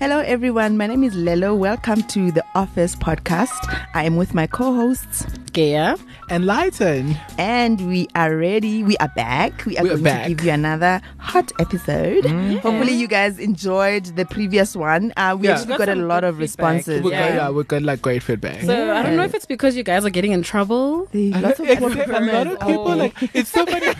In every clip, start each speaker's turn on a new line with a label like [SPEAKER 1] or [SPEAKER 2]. [SPEAKER 1] everyone. My name is Lelo. Welcome to the Office Podcast. I am with my co hosts,
[SPEAKER 2] Gaya.
[SPEAKER 3] And Lighten.
[SPEAKER 1] and we are ready. We are back. We are
[SPEAKER 3] We are
[SPEAKER 1] going
[SPEAKER 3] back. Mm-hmm.
[SPEAKER 1] to give you another hot episode. Hopefully, you guys enjoyed the previous one. Uh, we
[SPEAKER 3] Yeah.
[SPEAKER 1] actually
[SPEAKER 2] Got
[SPEAKER 1] got, a
[SPEAKER 2] some
[SPEAKER 1] lot
[SPEAKER 2] good
[SPEAKER 1] of
[SPEAKER 2] feedback.
[SPEAKER 1] responses.
[SPEAKER 3] We
[SPEAKER 2] Yeah.
[SPEAKER 3] got, yeah, we got like great feedback.
[SPEAKER 2] So I don't know if it's because you guys are getting in trouble.
[SPEAKER 1] They- Lots of
[SPEAKER 3] Except
[SPEAKER 1] poor
[SPEAKER 3] a lot of
[SPEAKER 1] performers.
[SPEAKER 3] people
[SPEAKER 2] Oh.
[SPEAKER 3] like it's so funny.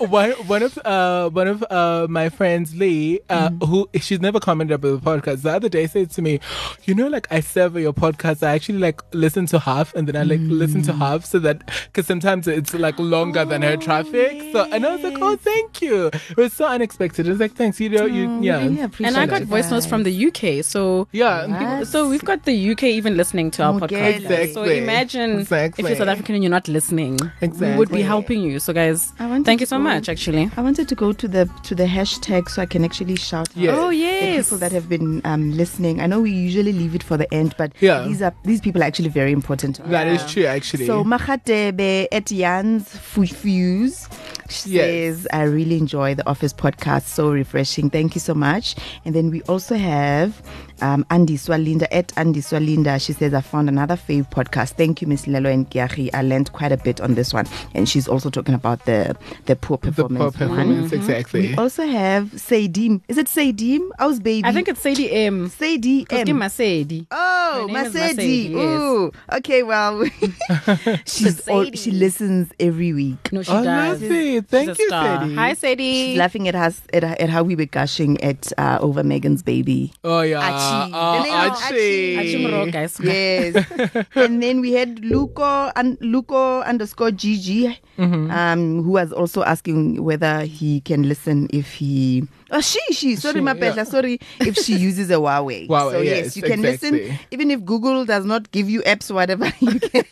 [SPEAKER 3] One, one of uh, one of uh, my friends, Lee, uh,
[SPEAKER 1] Mm-hmm.
[SPEAKER 3] who she's never commented about the podcast. The other day said to me, "You know, like I server your podcast. I actually like listen to half, and then I like listen
[SPEAKER 1] Mm.
[SPEAKER 3] to half so that because sometimes it's like longer than her traffic. So and I was like, oh, thank you. It was so unexpected. It was like, thanks. You know, you
[SPEAKER 1] Oh, we
[SPEAKER 3] yeah,
[SPEAKER 1] really appreciate
[SPEAKER 2] And I got
[SPEAKER 1] you
[SPEAKER 2] voice notes
[SPEAKER 1] guys.
[SPEAKER 2] from the UK. So
[SPEAKER 3] yeah. and
[SPEAKER 1] Wow.
[SPEAKER 3] people-
[SPEAKER 2] so we've got the UK even listening to our
[SPEAKER 1] Okay.
[SPEAKER 2] podcast. So
[SPEAKER 3] Exactly.
[SPEAKER 2] imagine
[SPEAKER 3] Exactly.
[SPEAKER 2] if you're South African and you're not listening, we would
[SPEAKER 3] Exactly.
[SPEAKER 2] be helping you. So guys,
[SPEAKER 1] I wanted
[SPEAKER 2] thank you
[SPEAKER 1] to
[SPEAKER 2] so
[SPEAKER 1] go-
[SPEAKER 2] much. Actually,
[SPEAKER 1] I wanted to go to the to the hashtag so I can actually shout out
[SPEAKER 3] Yes. Oh,
[SPEAKER 2] yes.
[SPEAKER 1] the people that have been um, listening. I know we usually leave it for the end, but
[SPEAKER 3] Yeah.
[SPEAKER 1] these are these people are actually very important. To us.
[SPEAKER 3] That is true, actually.
[SPEAKER 1] So Makhatebe Etienne's Fuse. She
[SPEAKER 3] Yes.
[SPEAKER 1] says, I really enjoy the Office podcast. So refreshing. Thank you so much. And then we also have um, Andy Swalinda at Andy Swalinda. She says, I found another fave podcast. Thank you, Miss Lelo and Giachi. I learned quite a bit on this one. And she's also talking about the, the poor
[SPEAKER 3] the poor
[SPEAKER 1] performance. one.
[SPEAKER 3] performance, exactly.
[SPEAKER 1] We also have Saidim. Is it Saidim? I was baby.
[SPEAKER 2] I think it's Sadie M.
[SPEAKER 1] Saidim.
[SPEAKER 2] Because Kim Masedi.
[SPEAKER 1] Oh,
[SPEAKER 2] Her name is
[SPEAKER 1] Masedi.
[SPEAKER 2] Masedi, yes.
[SPEAKER 1] Ooh. Okay, well, she's all,
[SPEAKER 2] Masedi.
[SPEAKER 1] she listens every week.
[SPEAKER 2] No, she
[SPEAKER 3] Oh,
[SPEAKER 2] does.
[SPEAKER 3] lovely.
[SPEAKER 2] She's
[SPEAKER 3] Thank
[SPEAKER 2] a
[SPEAKER 3] you,
[SPEAKER 2] star.
[SPEAKER 3] Sadie.
[SPEAKER 2] Hi,
[SPEAKER 1] She's
[SPEAKER 2] Sadie.
[SPEAKER 1] laughing at us at, at how we were gushing at uh, over Megan's baby.
[SPEAKER 3] Oh yeah,
[SPEAKER 1] Achi.
[SPEAKER 3] Oh,
[SPEAKER 1] The name is Achi.
[SPEAKER 3] Achi.
[SPEAKER 2] Achi Moroka, I swear.
[SPEAKER 1] Yes. and then we had Luco and Luco underscore GG, um, who was also asking whether he can listen if he. Oh, she, she. Sorry,
[SPEAKER 3] She,
[SPEAKER 1] my
[SPEAKER 3] yeah.
[SPEAKER 1] Sorry, if she uses a Huawei.
[SPEAKER 3] Huawei,
[SPEAKER 1] so yes,
[SPEAKER 3] yes,
[SPEAKER 1] you can listen
[SPEAKER 3] exactly.
[SPEAKER 1] even if Google does not give you apps, whatever. You can,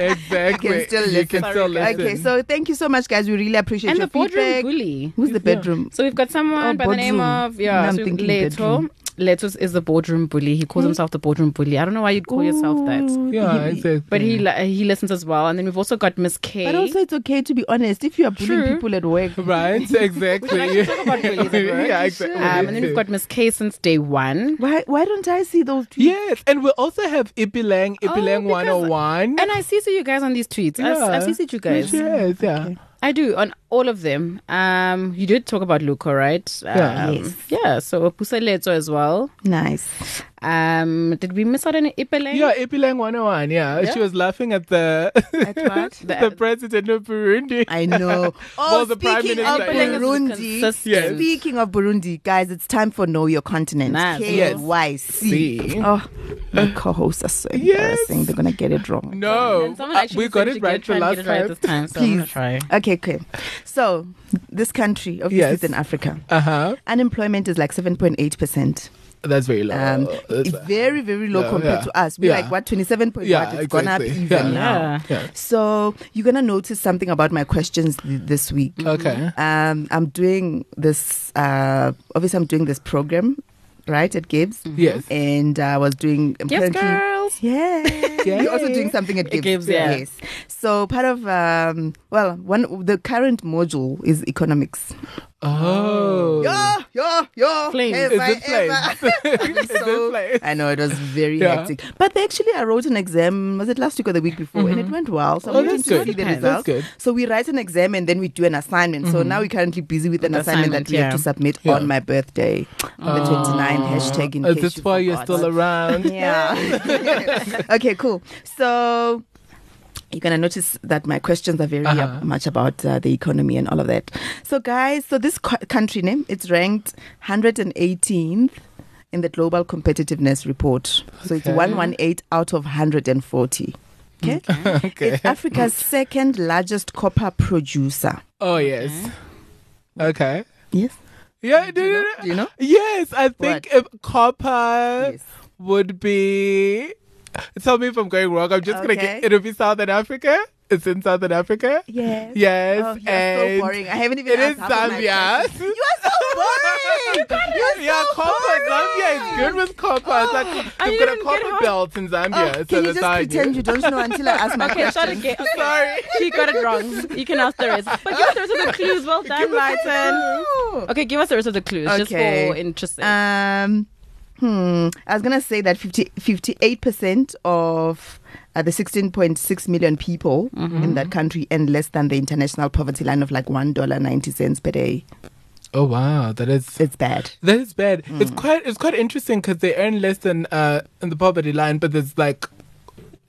[SPEAKER 1] You can still listen.
[SPEAKER 3] can still listen.
[SPEAKER 1] okay, so thank you so much, guys. We really appreciate
[SPEAKER 2] and
[SPEAKER 1] your
[SPEAKER 2] the boardroom
[SPEAKER 1] feedback.
[SPEAKER 2] bully.
[SPEAKER 1] Who's the bedroom?
[SPEAKER 2] So we've got someone
[SPEAKER 1] Oh,
[SPEAKER 2] by the name
[SPEAKER 1] boardroom.
[SPEAKER 2] of yeah,
[SPEAKER 1] Now I'm
[SPEAKER 2] so
[SPEAKER 1] thinking
[SPEAKER 2] Leto.
[SPEAKER 1] bedroom. Hmm?
[SPEAKER 2] Leto is the boardroom bully. He calls himself the boardroom bully. I don't know why you'd call yourself that,
[SPEAKER 1] Ooh,
[SPEAKER 3] Yeah,
[SPEAKER 1] he-
[SPEAKER 3] exactly.
[SPEAKER 2] but he li- he listens as well. And then we've also got Miss K.
[SPEAKER 1] But also, it's okay to be honest. If you are bullying
[SPEAKER 2] True.
[SPEAKER 1] people at work,
[SPEAKER 3] right, exactly.
[SPEAKER 2] talk about bullies at work.
[SPEAKER 3] yeah, exactly.
[SPEAKER 2] um, and then we've got Miss K since day one.
[SPEAKER 1] why why don't I see those tweets?
[SPEAKER 3] yes, and we also have Ipilang, Ipilang
[SPEAKER 2] because-
[SPEAKER 3] 101.
[SPEAKER 2] And I see you guys on these tweets. I- I,
[SPEAKER 3] Yeah.
[SPEAKER 2] see you guys.
[SPEAKER 3] Yes, yeah.
[SPEAKER 2] I do on all of them. Um, you did talk about Luca, right?
[SPEAKER 3] Yeah.
[SPEAKER 2] Um,
[SPEAKER 1] Yes.
[SPEAKER 2] Yeah. So Puseleto as well.
[SPEAKER 1] Nice.
[SPEAKER 2] Um, did we miss out on Ipeleng?
[SPEAKER 3] Yeah, Ipilang 101. Yeah.
[SPEAKER 2] Yeah.
[SPEAKER 3] she was laughing at the the president of Burundi.
[SPEAKER 1] I know. Oh,
[SPEAKER 3] Well, the Prime
[SPEAKER 1] speaking of
[SPEAKER 3] Minister is
[SPEAKER 1] Burundi,
[SPEAKER 2] consistent.
[SPEAKER 3] Yes.
[SPEAKER 1] speaking of Burundi, guys, it's time for Know Your Continent.
[SPEAKER 2] Nice.
[SPEAKER 3] Yes.
[SPEAKER 1] KYC.
[SPEAKER 3] See.
[SPEAKER 1] Oh, my co-hosts are so
[SPEAKER 3] Yes.
[SPEAKER 1] embarrassing. They're gonna get it wrong.
[SPEAKER 3] No,
[SPEAKER 2] And someone
[SPEAKER 3] uh,
[SPEAKER 2] actually
[SPEAKER 3] we got
[SPEAKER 2] said
[SPEAKER 3] it
[SPEAKER 2] you
[SPEAKER 3] right
[SPEAKER 2] get- try and
[SPEAKER 3] the last
[SPEAKER 2] get it right
[SPEAKER 3] time.
[SPEAKER 2] this time. So I'm
[SPEAKER 1] Please.
[SPEAKER 2] gonna try.
[SPEAKER 1] Okay, okay. So, this country obviously
[SPEAKER 3] Yes.
[SPEAKER 1] is in Africa.
[SPEAKER 3] Uh huh.
[SPEAKER 1] Unemployment is like seven point eight percent.
[SPEAKER 3] That's very low.
[SPEAKER 1] um,
[SPEAKER 3] That's
[SPEAKER 1] it's very very low
[SPEAKER 3] Uh, Yeah,
[SPEAKER 1] compared
[SPEAKER 3] yeah.
[SPEAKER 1] to us. We're
[SPEAKER 3] Yeah.
[SPEAKER 1] like what twenty seven point
[SPEAKER 3] Yeah,
[SPEAKER 1] what? It's gone up
[SPEAKER 3] exactly.
[SPEAKER 1] even
[SPEAKER 3] Yeah.
[SPEAKER 1] now.
[SPEAKER 2] Yeah.
[SPEAKER 3] Yeah.
[SPEAKER 1] So you're gonna notice something about my questions th- this week.
[SPEAKER 3] Okay.
[SPEAKER 1] Um, I'm doing this. Uh, obviously, I'm doing this program, right at Gibbs,
[SPEAKER 3] Yes.
[SPEAKER 1] and uh, I was doing
[SPEAKER 2] Yes,
[SPEAKER 1] apparently.
[SPEAKER 2] girls.
[SPEAKER 1] Yeah, you're also doing something at
[SPEAKER 2] At
[SPEAKER 1] Gibbs.
[SPEAKER 2] Gibbs, yeah.
[SPEAKER 1] Yes. So part of um, well, one the current module is economics.
[SPEAKER 3] Oh.
[SPEAKER 1] Yo, yo, yo.
[SPEAKER 2] Flames.
[SPEAKER 1] have
[SPEAKER 3] Is
[SPEAKER 1] I
[SPEAKER 3] it flames?
[SPEAKER 1] ever- I'm so-
[SPEAKER 3] flames?
[SPEAKER 1] I know it was very
[SPEAKER 3] Yeah.
[SPEAKER 1] hectic, but actually, I wrote an exam. Was it last week or the week before? And it went well. So I'm
[SPEAKER 3] Oh,
[SPEAKER 1] waiting
[SPEAKER 3] that's
[SPEAKER 1] to
[SPEAKER 3] good.
[SPEAKER 1] see the
[SPEAKER 2] That's
[SPEAKER 1] results.
[SPEAKER 3] good. Mm-hmm.
[SPEAKER 1] So we write an exam and then we do an assignment. So now we're currently busy with an
[SPEAKER 2] the
[SPEAKER 1] assignment,
[SPEAKER 2] assignment,
[SPEAKER 1] that we have to
[SPEAKER 2] yeah.
[SPEAKER 1] submit
[SPEAKER 3] Yeah.
[SPEAKER 1] on my birthday, on the 29th. Hashtag in
[SPEAKER 3] Oh. Is
[SPEAKER 1] case
[SPEAKER 3] this
[SPEAKER 1] you
[SPEAKER 3] why you're
[SPEAKER 1] forgot.
[SPEAKER 3] still around?
[SPEAKER 1] Yeah. okay, cool. So you're going to notice that my questions are very uh,
[SPEAKER 3] Uh-huh.
[SPEAKER 1] much about uh, the economy and all of that. So, guys, so this co- country name, it's ranked 118th in the Global Competitiveness Report. So it's
[SPEAKER 3] Okay.
[SPEAKER 1] 118 out of 140. Okay. It's Africa's second largest copper producer.
[SPEAKER 3] Oh yes. Okay.
[SPEAKER 1] Yes.
[SPEAKER 3] Yeah. Do you
[SPEAKER 1] Do you know?
[SPEAKER 3] Yes, I think if copper
[SPEAKER 1] Yes.
[SPEAKER 3] would be. Tell me if I'm going wrong. I'm just gonna
[SPEAKER 1] Okay.
[SPEAKER 3] get. It'll be Southern Africa. It's in Southern Africa.
[SPEAKER 1] Yes.
[SPEAKER 3] Yes.
[SPEAKER 1] Oh, you are so
[SPEAKER 3] and
[SPEAKER 1] boring. I haven't even
[SPEAKER 3] It
[SPEAKER 1] asked
[SPEAKER 3] is
[SPEAKER 1] half of my
[SPEAKER 3] Zambia.
[SPEAKER 1] questions. You are so boring. You're
[SPEAKER 3] yeah,
[SPEAKER 1] so
[SPEAKER 3] copper.
[SPEAKER 1] boring.
[SPEAKER 3] Zambia is good with copper. it's like
[SPEAKER 2] I
[SPEAKER 3] you've got
[SPEAKER 2] didn't
[SPEAKER 3] a
[SPEAKER 2] get
[SPEAKER 3] copper
[SPEAKER 2] her.
[SPEAKER 3] belt in Zambia.
[SPEAKER 1] Oh,
[SPEAKER 3] so
[SPEAKER 1] can you
[SPEAKER 3] that's
[SPEAKER 1] just
[SPEAKER 3] how I
[SPEAKER 1] pretend
[SPEAKER 3] knew.
[SPEAKER 1] you don't know until I ask my
[SPEAKER 2] Okay,
[SPEAKER 1] question?
[SPEAKER 2] start again. Okay.
[SPEAKER 3] Sorry.
[SPEAKER 2] She got it wrong. You can ask the rest. But give us the rest of the clues. Well done, Lighten.
[SPEAKER 1] Ooh.
[SPEAKER 2] Okay, give us the rest of the clues. Just
[SPEAKER 1] Okay.
[SPEAKER 2] for interest.
[SPEAKER 1] Um, Hmm. I was gonna say that 50, 58% of uh, the 16.6 million people in that country earn less than the international poverty line of like $1.90 per day.
[SPEAKER 3] Oh wow, that is
[SPEAKER 1] It's bad.
[SPEAKER 3] that is bad. It's quite it's quite interesting because they earn less than uh in the poverty line, but there's like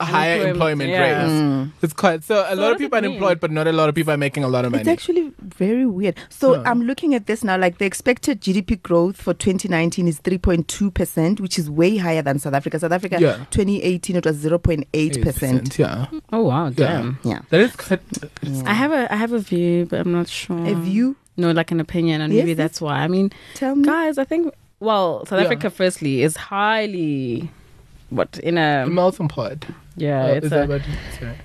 [SPEAKER 3] a higher
[SPEAKER 2] Unemployment,
[SPEAKER 3] employment
[SPEAKER 2] yeah.
[SPEAKER 3] rates.
[SPEAKER 1] Hmm.
[SPEAKER 3] It's quite so a lot
[SPEAKER 2] what
[SPEAKER 3] of
[SPEAKER 2] does
[SPEAKER 3] people are
[SPEAKER 2] it mean?
[SPEAKER 3] unemployed, but not a lot of people are making a lot of money.
[SPEAKER 1] It's actually very weird. So
[SPEAKER 3] Oh.
[SPEAKER 1] I'm looking at this now. Like the expected GDP growth for 2019 is 3.2 percent, which is way higher than South Africa. South Africa,
[SPEAKER 3] Yeah.
[SPEAKER 1] 2018, it was 0.8 percent.
[SPEAKER 3] 8%, Yeah,
[SPEAKER 2] Oh wow,
[SPEAKER 3] Yeah.
[SPEAKER 2] damn.
[SPEAKER 1] Yeah.
[SPEAKER 3] that is quite.
[SPEAKER 2] I have a I have a view, but I'm not sure.
[SPEAKER 3] Hmm.
[SPEAKER 1] Have you?
[SPEAKER 2] No, like an opinion, and
[SPEAKER 1] Yes,
[SPEAKER 2] maybe
[SPEAKER 1] yes.
[SPEAKER 2] that's why. I mean,
[SPEAKER 1] Tell me.
[SPEAKER 2] guys, I think well, South
[SPEAKER 3] Yeah.
[SPEAKER 2] Africa firstly is highly what in a
[SPEAKER 3] Melton pod.
[SPEAKER 2] yeah,
[SPEAKER 3] Uh,
[SPEAKER 2] it's
[SPEAKER 3] is that
[SPEAKER 2] a,
[SPEAKER 3] what it's right?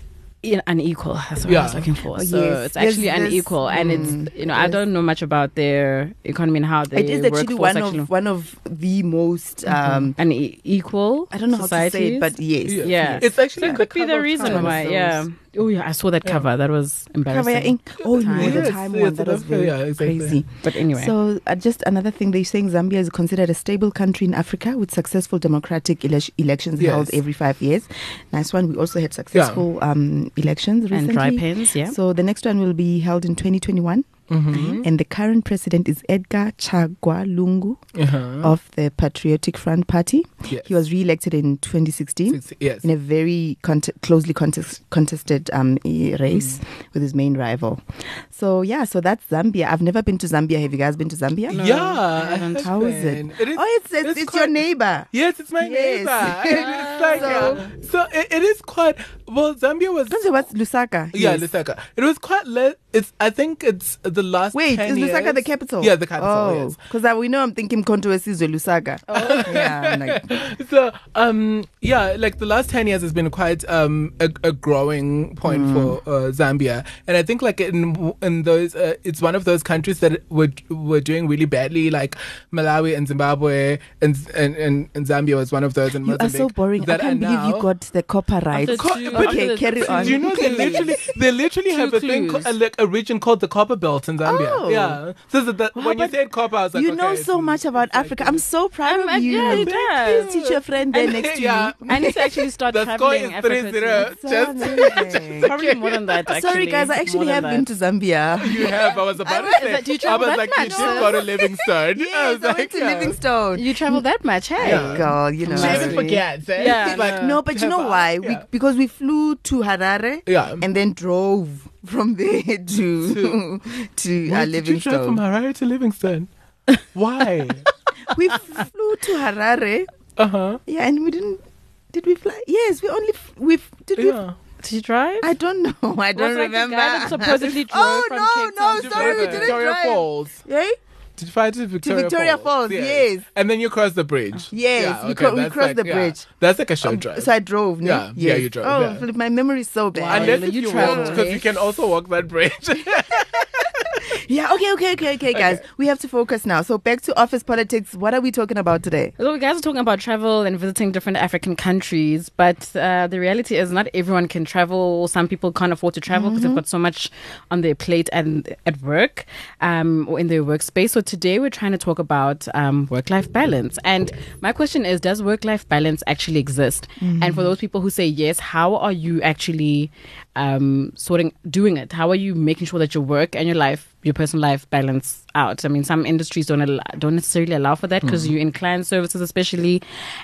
[SPEAKER 2] in, unequal. That's what I was
[SPEAKER 3] Yeah.
[SPEAKER 2] looking for.
[SPEAKER 1] Oh,
[SPEAKER 2] so
[SPEAKER 1] yes,
[SPEAKER 2] it's
[SPEAKER 1] yes,
[SPEAKER 2] actually
[SPEAKER 1] yes. Mm.
[SPEAKER 2] unequal, and it's you know I
[SPEAKER 1] yes.
[SPEAKER 2] don't know much about their economy and how they
[SPEAKER 1] It is actually
[SPEAKER 2] workforce
[SPEAKER 1] one
[SPEAKER 2] actually
[SPEAKER 1] of one of the most. Um,
[SPEAKER 2] an e- equal.
[SPEAKER 1] I don't know how to say
[SPEAKER 2] societies.
[SPEAKER 1] it, but yes.
[SPEAKER 3] Yeah.
[SPEAKER 2] Yeah.
[SPEAKER 3] It's actually
[SPEAKER 2] could be
[SPEAKER 3] cover
[SPEAKER 2] the
[SPEAKER 3] of
[SPEAKER 2] reason
[SPEAKER 3] Time.
[SPEAKER 2] why. Yeah. Oh yeah, I saw that
[SPEAKER 3] Yeah.
[SPEAKER 2] cover. That was
[SPEAKER 1] Cover your
[SPEAKER 2] embarrassing.
[SPEAKER 1] ink. Oh, you were the
[SPEAKER 3] Yes,
[SPEAKER 1] time
[SPEAKER 3] yes,
[SPEAKER 1] one. That
[SPEAKER 3] South
[SPEAKER 1] was very
[SPEAKER 3] Africa, yeah, exactly.
[SPEAKER 1] crazy.
[SPEAKER 2] But anyway,
[SPEAKER 1] So, uh, just another thing, they're saying Zambia is considered a stable country in Africa with successful democratic ele- elections
[SPEAKER 3] Yes.
[SPEAKER 1] held every five years. Nice one. We also had successful um, elections
[SPEAKER 2] and
[SPEAKER 1] recently.
[SPEAKER 2] dry pens. Yeah. Mm-hmm.
[SPEAKER 1] So, the next one will be held in 2021.
[SPEAKER 3] Mm-hmm.
[SPEAKER 1] And the current president is Edgar Chagwa Lungu
[SPEAKER 2] Mm.
[SPEAKER 3] Uh-huh.
[SPEAKER 1] of the Patriotic Front Party.
[SPEAKER 3] Yes.
[SPEAKER 1] He was re elected in 2016
[SPEAKER 3] Six- yes.
[SPEAKER 1] in a very cont- closely contest- contested um, e- race
[SPEAKER 2] Mm.
[SPEAKER 1] with his main rival. So yeah, so that's Zambia. I've never been to Zambia. Have you guys been to Zambia?
[SPEAKER 2] No,
[SPEAKER 3] yeah.
[SPEAKER 2] I
[SPEAKER 3] I
[SPEAKER 2] haven't.
[SPEAKER 3] have
[SPEAKER 1] How is it?
[SPEAKER 3] been. it is,
[SPEAKER 1] Oh, it's it's, it's, your
[SPEAKER 3] quite-
[SPEAKER 1] neighbor.
[SPEAKER 3] Yes, it's my
[SPEAKER 1] Yes.
[SPEAKER 3] neighbor. it's like, uh, so it, it is quite. Well, Zambia was.
[SPEAKER 1] Don't say what's Lusaka.
[SPEAKER 3] Yeah,
[SPEAKER 1] Yes.
[SPEAKER 3] Lusaka. It was quite. Le- it's. I think it's the last.
[SPEAKER 1] Wait, is
[SPEAKER 3] 10
[SPEAKER 1] Lusaka the
[SPEAKER 3] years.
[SPEAKER 1] capital?
[SPEAKER 3] Yeah, the capital.
[SPEAKER 1] Oh,
[SPEAKER 3] yes.
[SPEAKER 1] because we know I'm thinking controversy is Lusaka. Oh, yeah. I'm like,
[SPEAKER 3] so um yeah like the last 10 years has been quite um a, a growing point
[SPEAKER 1] Mm.
[SPEAKER 3] for uh, Zambia and I think like in in those uh, it's one of those countries that were were doing really badly like Malawi and Zimbabwe and and and, and Zambia was one of those and
[SPEAKER 1] you are so
[SPEAKER 3] Mozambique
[SPEAKER 1] boring. I
[SPEAKER 3] that
[SPEAKER 1] can't
[SPEAKER 3] are
[SPEAKER 1] believe
[SPEAKER 3] now-
[SPEAKER 1] you got the copper right.
[SPEAKER 2] After
[SPEAKER 3] Co-
[SPEAKER 2] two-
[SPEAKER 3] but-
[SPEAKER 2] after the-
[SPEAKER 1] carry
[SPEAKER 2] two-
[SPEAKER 1] on.
[SPEAKER 3] do you know they
[SPEAKER 1] Please.
[SPEAKER 3] literally they literally
[SPEAKER 2] Two
[SPEAKER 3] have a thing
[SPEAKER 2] clues.
[SPEAKER 3] ca- like a region called the copper belt in Zambia.
[SPEAKER 1] Oh.
[SPEAKER 3] Yeah, so that, that- when you
[SPEAKER 1] but
[SPEAKER 3] said copper, I was like,
[SPEAKER 1] you
[SPEAKER 3] okay,
[SPEAKER 1] know
[SPEAKER 3] it's-
[SPEAKER 1] so much about
[SPEAKER 3] it's like-
[SPEAKER 1] Africa. I'm so proud
[SPEAKER 2] I'm-
[SPEAKER 1] of you.
[SPEAKER 2] Um, uh, yeah, you do.
[SPEAKER 1] Please teach your friend there next to
[SPEAKER 3] Yeah.
[SPEAKER 1] you.
[SPEAKER 2] I need to actually start
[SPEAKER 3] the score
[SPEAKER 2] traveling
[SPEAKER 3] is
[SPEAKER 2] Africa.
[SPEAKER 3] three
[SPEAKER 2] too.
[SPEAKER 3] zero.
[SPEAKER 1] So
[SPEAKER 3] Just
[SPEAKER 1] amazing.
[SPEAKER 2] Probably more than that. Actually.
[SPEAKER 1] Sorry, guys, I actually
[SPEAKER 2] More
[SPEAKER 1] have
[SPEAKER 2] than
[SPEAKER 1] been
[SPEAKER 2] that.
[SPEAKER 1] to Zambia.
[SPEAKER 3] You have. I was about
[SPEAKER 1] I
[SPEAKER 3] to
[SPEAKER 1] went-
[SPEAKER 3] say.
[SPEAKER 2] but do you
[SPEAKER 3] I
[SPEAKER 2] travel
[SPEAKER 3] was
[SPEAKER 2] that
[SPEAKER 3] like,
[SPEAKER 2] much?
[SPEAKER 3] you did go to Livingstone. I
[SPEAKER 1] Yes,
[SPEAKER 3] was
[SPEAKER 1] I
[SPEAKER 3] like,
[SPEAKER 1] went to
[SPEAKER 3] yeah.
[SPEAKER 1] Livingstone.
[SPEAKER 2] You travel that much, hey?
[SPEAKER 3] Yeah.
[SPEAKER 1] Girl, you know.
[SPEAKER 3] She
[SPEAKER 2] Sorry.
[SPEAKER 3] even forgets. Eh?
[SPEAKER 2] Yeah,
[SPEAKER 3] She's like,
[SPEAKER 2] no.
[SPEAKER 1] No, but you know
[SPEAKER 3] Pepper.
[SPEAKER 1] why?
[SPEAKER 3] Yeah.
[SPEAKER 1] We, because we flew to Harare
[SPEAKER 3] Yeah.
[SPEAKER 1] and then drove from there to to uh,
[SPEAKER 3] Why did you drive from
[SPEAKER 1] Livingstone.
[SPEAKER 3] Harare to Livingstone? Why?
[SPEAKER 1] We flew to Harare.
[SPEAKER 3] uh huh.
[SPEAKER 1] Yeah, and we didn't. Did we fly? Yes, we only f- we f- did we.
[SPEAKER 3] Yeah.
[SPEAKER 2] Did you drive?
[SPEAKER 1] I don't know. I don't
[SPEAKER 2] Was like
[SPEAKER 1] remember.
[SPEAKER 2] The guy that supposedly drove
[SPEAKER 1] Oh,
[SPEAKER 2] from
[SPEAKER 1] no,
[SPEAKER 2] Cape
[SPEAKER 1] no,
[SPEAKER 2] Town to
[SPEAKER 1] sorry, we
[SPEAKER 2] Durban.
[SPEAKER 1] didn't
[SPEAKER 3] Victoria
[SPEAKER 1] drive.
[SPEAKER 3] Falls.
[SPEAKER 1] Eh?
[SPEAKER 3] Did you fly to Victoria,
[SPEAKER 1] Victoria Falls, yes.
[SPEAKER 3] And then you cross the bridge.
[SPEAKER 1] Yes, we cro- we
[SPEAKER 3] that's
[SPEAKER 1] crossed the
[SPEAKER 3] yeah.
[SPEAKER 1] bridge.
[SPEAKER 3] That's like a show drive.
[SPEAKER 1] So I drove. No?
[SPEAKER 3] Yeah, yeah,
[SPEAKER 1] Yes.
[SPEAKER 3] you drove,
[SPEAKER 1] Oh,
[SPEAKER 3] yeah.
[SPEAKER 1] Philip, my memory is so bad.
[SPEAKER 3] Unless
[SPEAKER 2] Wow,
[SPEAKER 3] if
[SPEAKER 2] you
[SPEAKER 3] you,
[SPEAKER 2] traveled,
[SPEAKER 3] walked, because
[SPEAKER 2] eh?
[SPEAKER 3] you can also walk that bridge.
[SPEAKER 1] Yeah, okay, okay, okay, okay, guys. We have to focus now. So back to office politics. What are we talking about today?
[SPEAKER 2] So we guys are talking about travel and visiting different African countries, but uh, the reality is not everyone can travel. Some people can't afford to travel because they've got so much on their plate and at work um, or in their workspace. So today we're trying to talk about um, work-life balance. And my question is, does work-life balance actually exist? And for those people who say yes, how are you actually um, sorting doing it? How are you making sure that your work and your life, your personal life, balance out. I mean, some industries don't allow, don't necessarily allow for that because you're in client services, especially,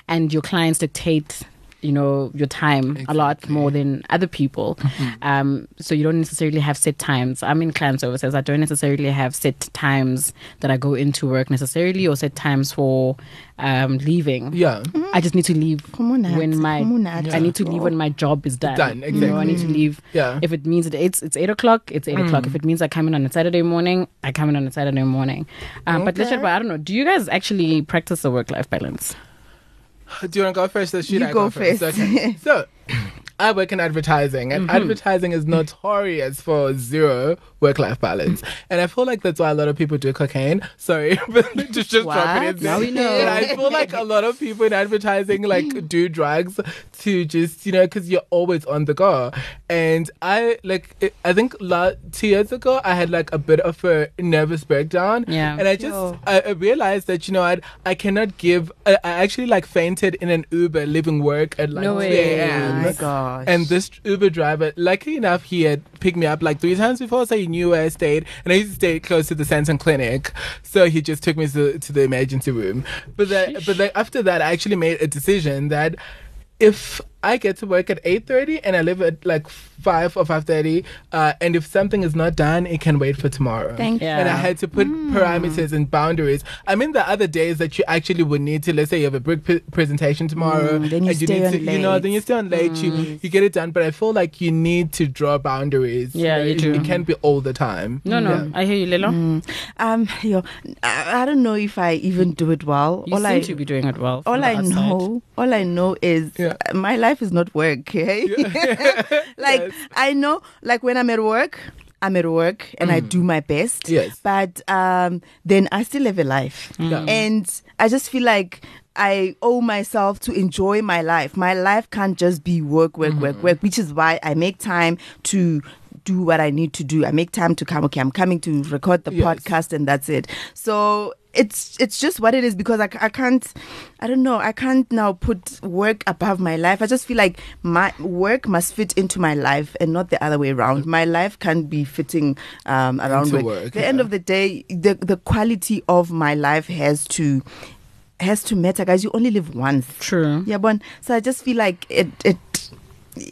[SPEAKER 2] and your clients dictate you know your time a lot more than other people um so you don't necessarily have set times i'm in client services i don't necessarily have set times that i go into work necessarily or set times for um leaving
[SPEAKER 3] yeah.
[SPEAKER 2] i just need to leave
[SPEAKER 1] Come on,
[SPEAKER 2] when
[SPEAKER 1] Nat.
[SPEAKER 2] my
[SPEAKER 1] Come on, Nat.
[SPEAKER 2] i need to leave when my job is done
[SPEAKER 3] Done,
[SPEAKER 2] you know i need to leave
[SPEAKER 3] Yeah. Mm.
[SPEAKER 2] if it means that it's it's eight o'clock, it's eight o'clock. If it means I come in on a Saturday morning, I come in on a Saturday morning. Um, But let's chat about I don't know. Do you guys actually practice the work life balance?
[SPEAKER 3] Do you want to go first or should
[SPEAKER 1] You
[SPEAKER 3] I
[SPEAKER 1] go
[SPEAKER 3] go first?
[SPEAKER 1] first.
[SPEAKER 3] Okay. so, I work in advertising, and advertising is notorious for zero work life balance. and I feel like that's why a lot of people do cocaine. Sorry, but just, just drop it
[SPEAKER 1] What?
[SPEAKER 3] in there.
[SPEAKER 1] Now we know.
[SPEAKER 3] But I feel like a lot of people in advertising like do drugs to just, you know, because you're always on the go. And I, like, it, I think la- two years ago, I had like a bit of a nervous breakdown.
[SPEAKER 2] Yeah.
[SPEAKER 3] And I just,
[SPEAKER 1] Yo.
[SPEAKER 3] I, I realized that, you know, I'd, I cannot give, I, I actually like fainted in an Uber leaving work at like
[SPEAKER 2] No
[SPEAKER 3] 2
[SPEAKER 2] way.
[SPEAKER 3] a.m.
[SPEAKER 1] my gosh.
[SPEAKER 3] And this Uber driver, luckily enough, he had picked me up like three times before, so he knew where I stayed. And I used to stay close to the Santon clinic, so he just took me to, to the emergency room. But that, but like after that, I actually made a decision that if I get to work at eight thirty and I leave at like five or five thirty, uh, and if something is not done, it can wait for tomorrow.
[SPEAKER 1] Thank
[SPEAKER 2] Yeah.
[SPEAKER 3] And I had to put parameters and boundaries. I mean, the other days that you actually would need to, let's say you have a brick p- presentation tomorrow,
[SPEAKER 1] Mm, then you
[SPEAKER 3] and you
[SPEAKER 1] stay
[SPEAKER 3] need
[SPEAKER 1] on
[SPEAKER 3] to, you know,
[SPEAKER 1] late. Mm.
[SPEAKER 3] then you stay on late. You you get it done, but I feel like you need to draw boundaries.
[SPEAKER 2] Yeah,
[SPEAKER 3] know,
[SPEAKER 2] you
[SPEAKER 3] it,
[SPEAKER 2] do.
[SPEAKER 3] It can't be all the time.
[SPEAKER 2] No, no, I hear you, Lelo.
[SPEAKER 1] um, yo, I, I don't know if I even do it well.
[SPEAKER 2] You
[SPEAKER 1] all
[SPEAKER 2] seem
[SPEAKER 1] I
[SPEAKER 2] to be doing it well. from
[SPEAKER 1] all
[SPEAKER 2] the
[SPEAKER 1] I
[SPEAKER 2] outside.
[SPEAKER 1] know, all I know is
[SPEAKER 3] Yeah.
[SPEAKER 1] uh, my life is not work. Okay? like I know, like when I'm at work, I'm at work and
[SPEAKER 3] Mm.
[SPEAKER 1] I do my best.
[SPEAKER 3] Yes.
[SPEAKER 1] But um, then I still have a life,
[SPEAKER 3] Yeah.
[SPEAKER 1] and I just feel like. I owe myself to enjoy my life. My life can't just be work, work, work, work, which is why I make time to do what I need to do. I make time to come. Okay, I'm coming to record the
[SPEAKER 3] Yes.
[SPEAKER 1] podcast, and that's it. So it's it's just what it is because I, c- I can't I don't know I can't now put work above my life. I just feel like my work must fit into my life and not the other way around. My life can't be fitting um, around
[SPEAKER 3] Into
[SPEAKER 1] work.
[SPEAKER 3] work,
[SPEAKER 1] the end
[SPEAKER 3] yeah.
[SPEAKER 1] of the day, the the quality of my life has to has to matter, guys. You only live once.
[SPEAKER 2] True.
[SPEAKER 1] Yeah, but so I just feel like it it.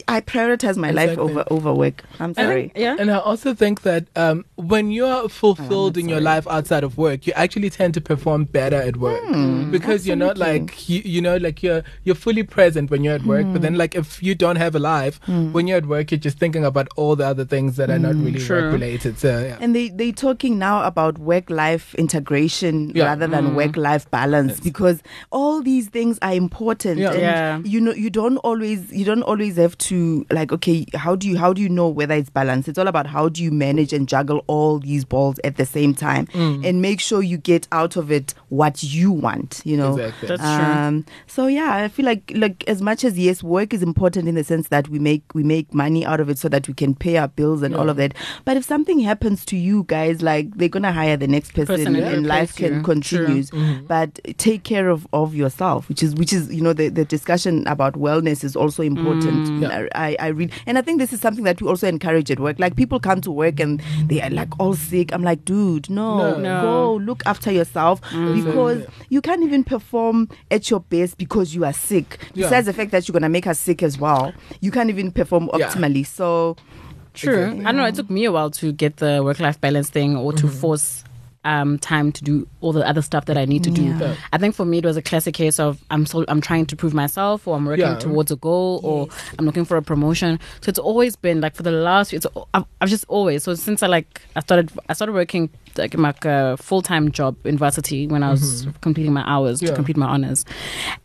[SPEAKER 1] I prioritize my life
[SPEAKER 3] Exactly.
[SPEAKER 1] over over work. I'm
[SPEAKER 2] I
[SPEAKER 1] sorry.
[SPEAKER 2] think- yeah.
[SPEAKER 3] And I also think that um, when you're
[SPEAKER 2] Oh,
[SPEAKER 3] fulfilled in your life outside of work, you actually tend to perform better at work
[SPEAKER 2] Hmm,
[SPEAKER 3] because you're not like you, you know like you're you're fully present when you're at work. But
[SPEAKER 2] Hmm.
[SPEAKER 3] then like if you don't have a life when you're at work, you're just thinking about all the other things that are not really
[SPEAKER 2] Hmm, True.
[SPEAKER 3] work related. So yeah.
[SPEAKER 1] And they they talking now about work life integration
[SPEAKER 3] Yeah.
[SPEAKER 1] rather than work life balance because all these things are important.
[SPEAKER 3] Yeah.
[SPEAKER 1] And
[SPEAKER 2] Yeah.
[SPEAKER 1] you know you don't always you don't always have to like okay how do you how do you know whether it's balanced? It's all about how do you manage and juggle all these balls at the same time
[SPEAKER 3] Mm.
[SPEAKER 1] and make sure you get out of it what you want. You know.
[SPEAKER 3] Exactly.
[SPEAKER 2] That's true.
[SPEAKER 1] Um, so yeah, I feel like like as much as yes, work is important in the sense that we make we make money out of it so that we can pay our bills and all
[SPEAKER 2] Mm.
[SPEAKER 1] of that. But if something happens to you guys, like they're gonna hire the next person,
[SPEAKER 2] Person and
[SPEAKER 1] and life
[SPEAKER 2] replace
[SPEAKER 1] can
[SPEAKER 2] you. Mm-hmm.
[SPEAKER 1] continues. But take care of, of yourself, which is which is you know the, the discussion about wellness is also important.
[SPEAKER 2] Mm.
[SPEAKER 1] I, I read and I think this is something that we also encourage at work. Like people come to work and they are like all sick. I'm like, dude, no,
[SPEAKER 3] No.
[SPEAKER 2] No. Mm.
[SPEAKER 1] go look after yourself because you can't even perform at your best because you are sick.
[SPEAKER 3] Yeah.
[SPEAKER 1] Besides the fact that you're gonna make us sick as well, you can't even perform
[SPEAKER 3] Yeah.
[SPEAKER 1] optimally. So
[SPEAKER 2] True.
[SPEAKER 3] Exactly. Mm-hmm.
[SPEAKER 2] I don't know. It took me a while to get the work life balance thing or to force um, time to do all the other stuff that I need to do.
[SPEAKER 1] Yeah.
[SPEAKER 3] Yeah.
[SPEAKER 2] I think for me it was a classic case of I'm so I'm trying to prove myself or I'm working
[SPEAKER 3] Yeah.
[SPEAKER 2] towards a goal or I'm looking for a promotion. So it's always been like for the last it's I've, I've just always so since I like I started I started working like in my uh, full time job in varsity when I was completing my hours to
[SPEAKER 3] Mm-hmm. Yeah.
[SPEAKER 2] complete my honors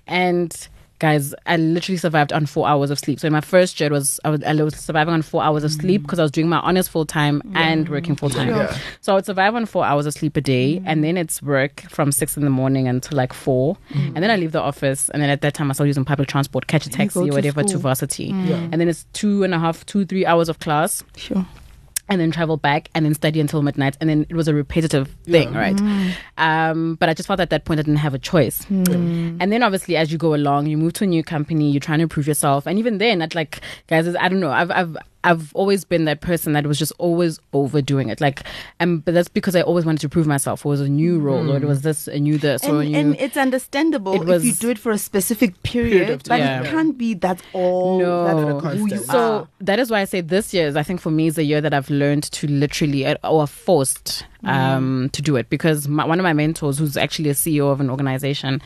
[SPEAKER 2] and guys i literally survived on four hours of sleep so in my first year it was i was, I was surviving on four hours of sleep because i was doing my honors full time and working full time
[SPEAKER 3] Yeah.
[SPEAKER 2] so i would survive on four hours of sleep a day and then it's work from six in the morning until like 4 and then i leave the office and then at that time i started using public transport catch a taxi
[SPEAKER 1] go
[SPEAKER 2] or
[SPEAKER 1] to
[SPEAKER 2] whatever to
[SPEAKER 1] school.
[SPEAKER 2] varsity
[SPEAKER 3] Yeah.
[SPEAKER 2] and then it's two and a half two three hours of class
[SPEAKER 1] sure.
[SPEAKER 2] and then travel back and then study until midnight and then it was a repetitive thing
[SPEAKER 3] Yeah.
[SPEAKER 2] right um, but i just felt at that point i didn't have a choice
[SPEAKER 1] Mm.
[SPEAKER 2] and then obviously as you go along you move to a new company you're trying to prove yourself and even then at like guys i don't know i've i've I've always been that person that was just always overdoing it. Like, um, but that's because I always wanted to prove myself. It was a new role, or it was this, a new this, or a
[SPEAKER 1] Mm. and,
[SPEAKER 2] new.
[SPEAKER 1] and it's understandable
[SPEAKER 2] It
[SPEAKER 1] if you
[SPEAKER 2] was-
[SPEAKER 1] do it for a specific period,
[SPEAKER 3] Period of
[SPEAKER 1] but
[SPEAKER 2] time.
[SPEAKER 1] it
[SPEAKER 2] Yeah.
[SPEAKER 1] can't be that's all
[SPEAKER 2] No.
[SPEAKER 1] that's
[SPEAKER 3] Not a
[SPEAKER 1] who you
[SPEAKER 3] constant.
[SPEAKER 1] are.
[SPEAKER 2] So that is why I say this year is, I think, for me, is the year that I've learned to literally uh, or forced
[SPEAKER 3] Mm.
[SPEAKER 2] um, to do it E because my, one of my mentors, who's actually a CEO of an organization,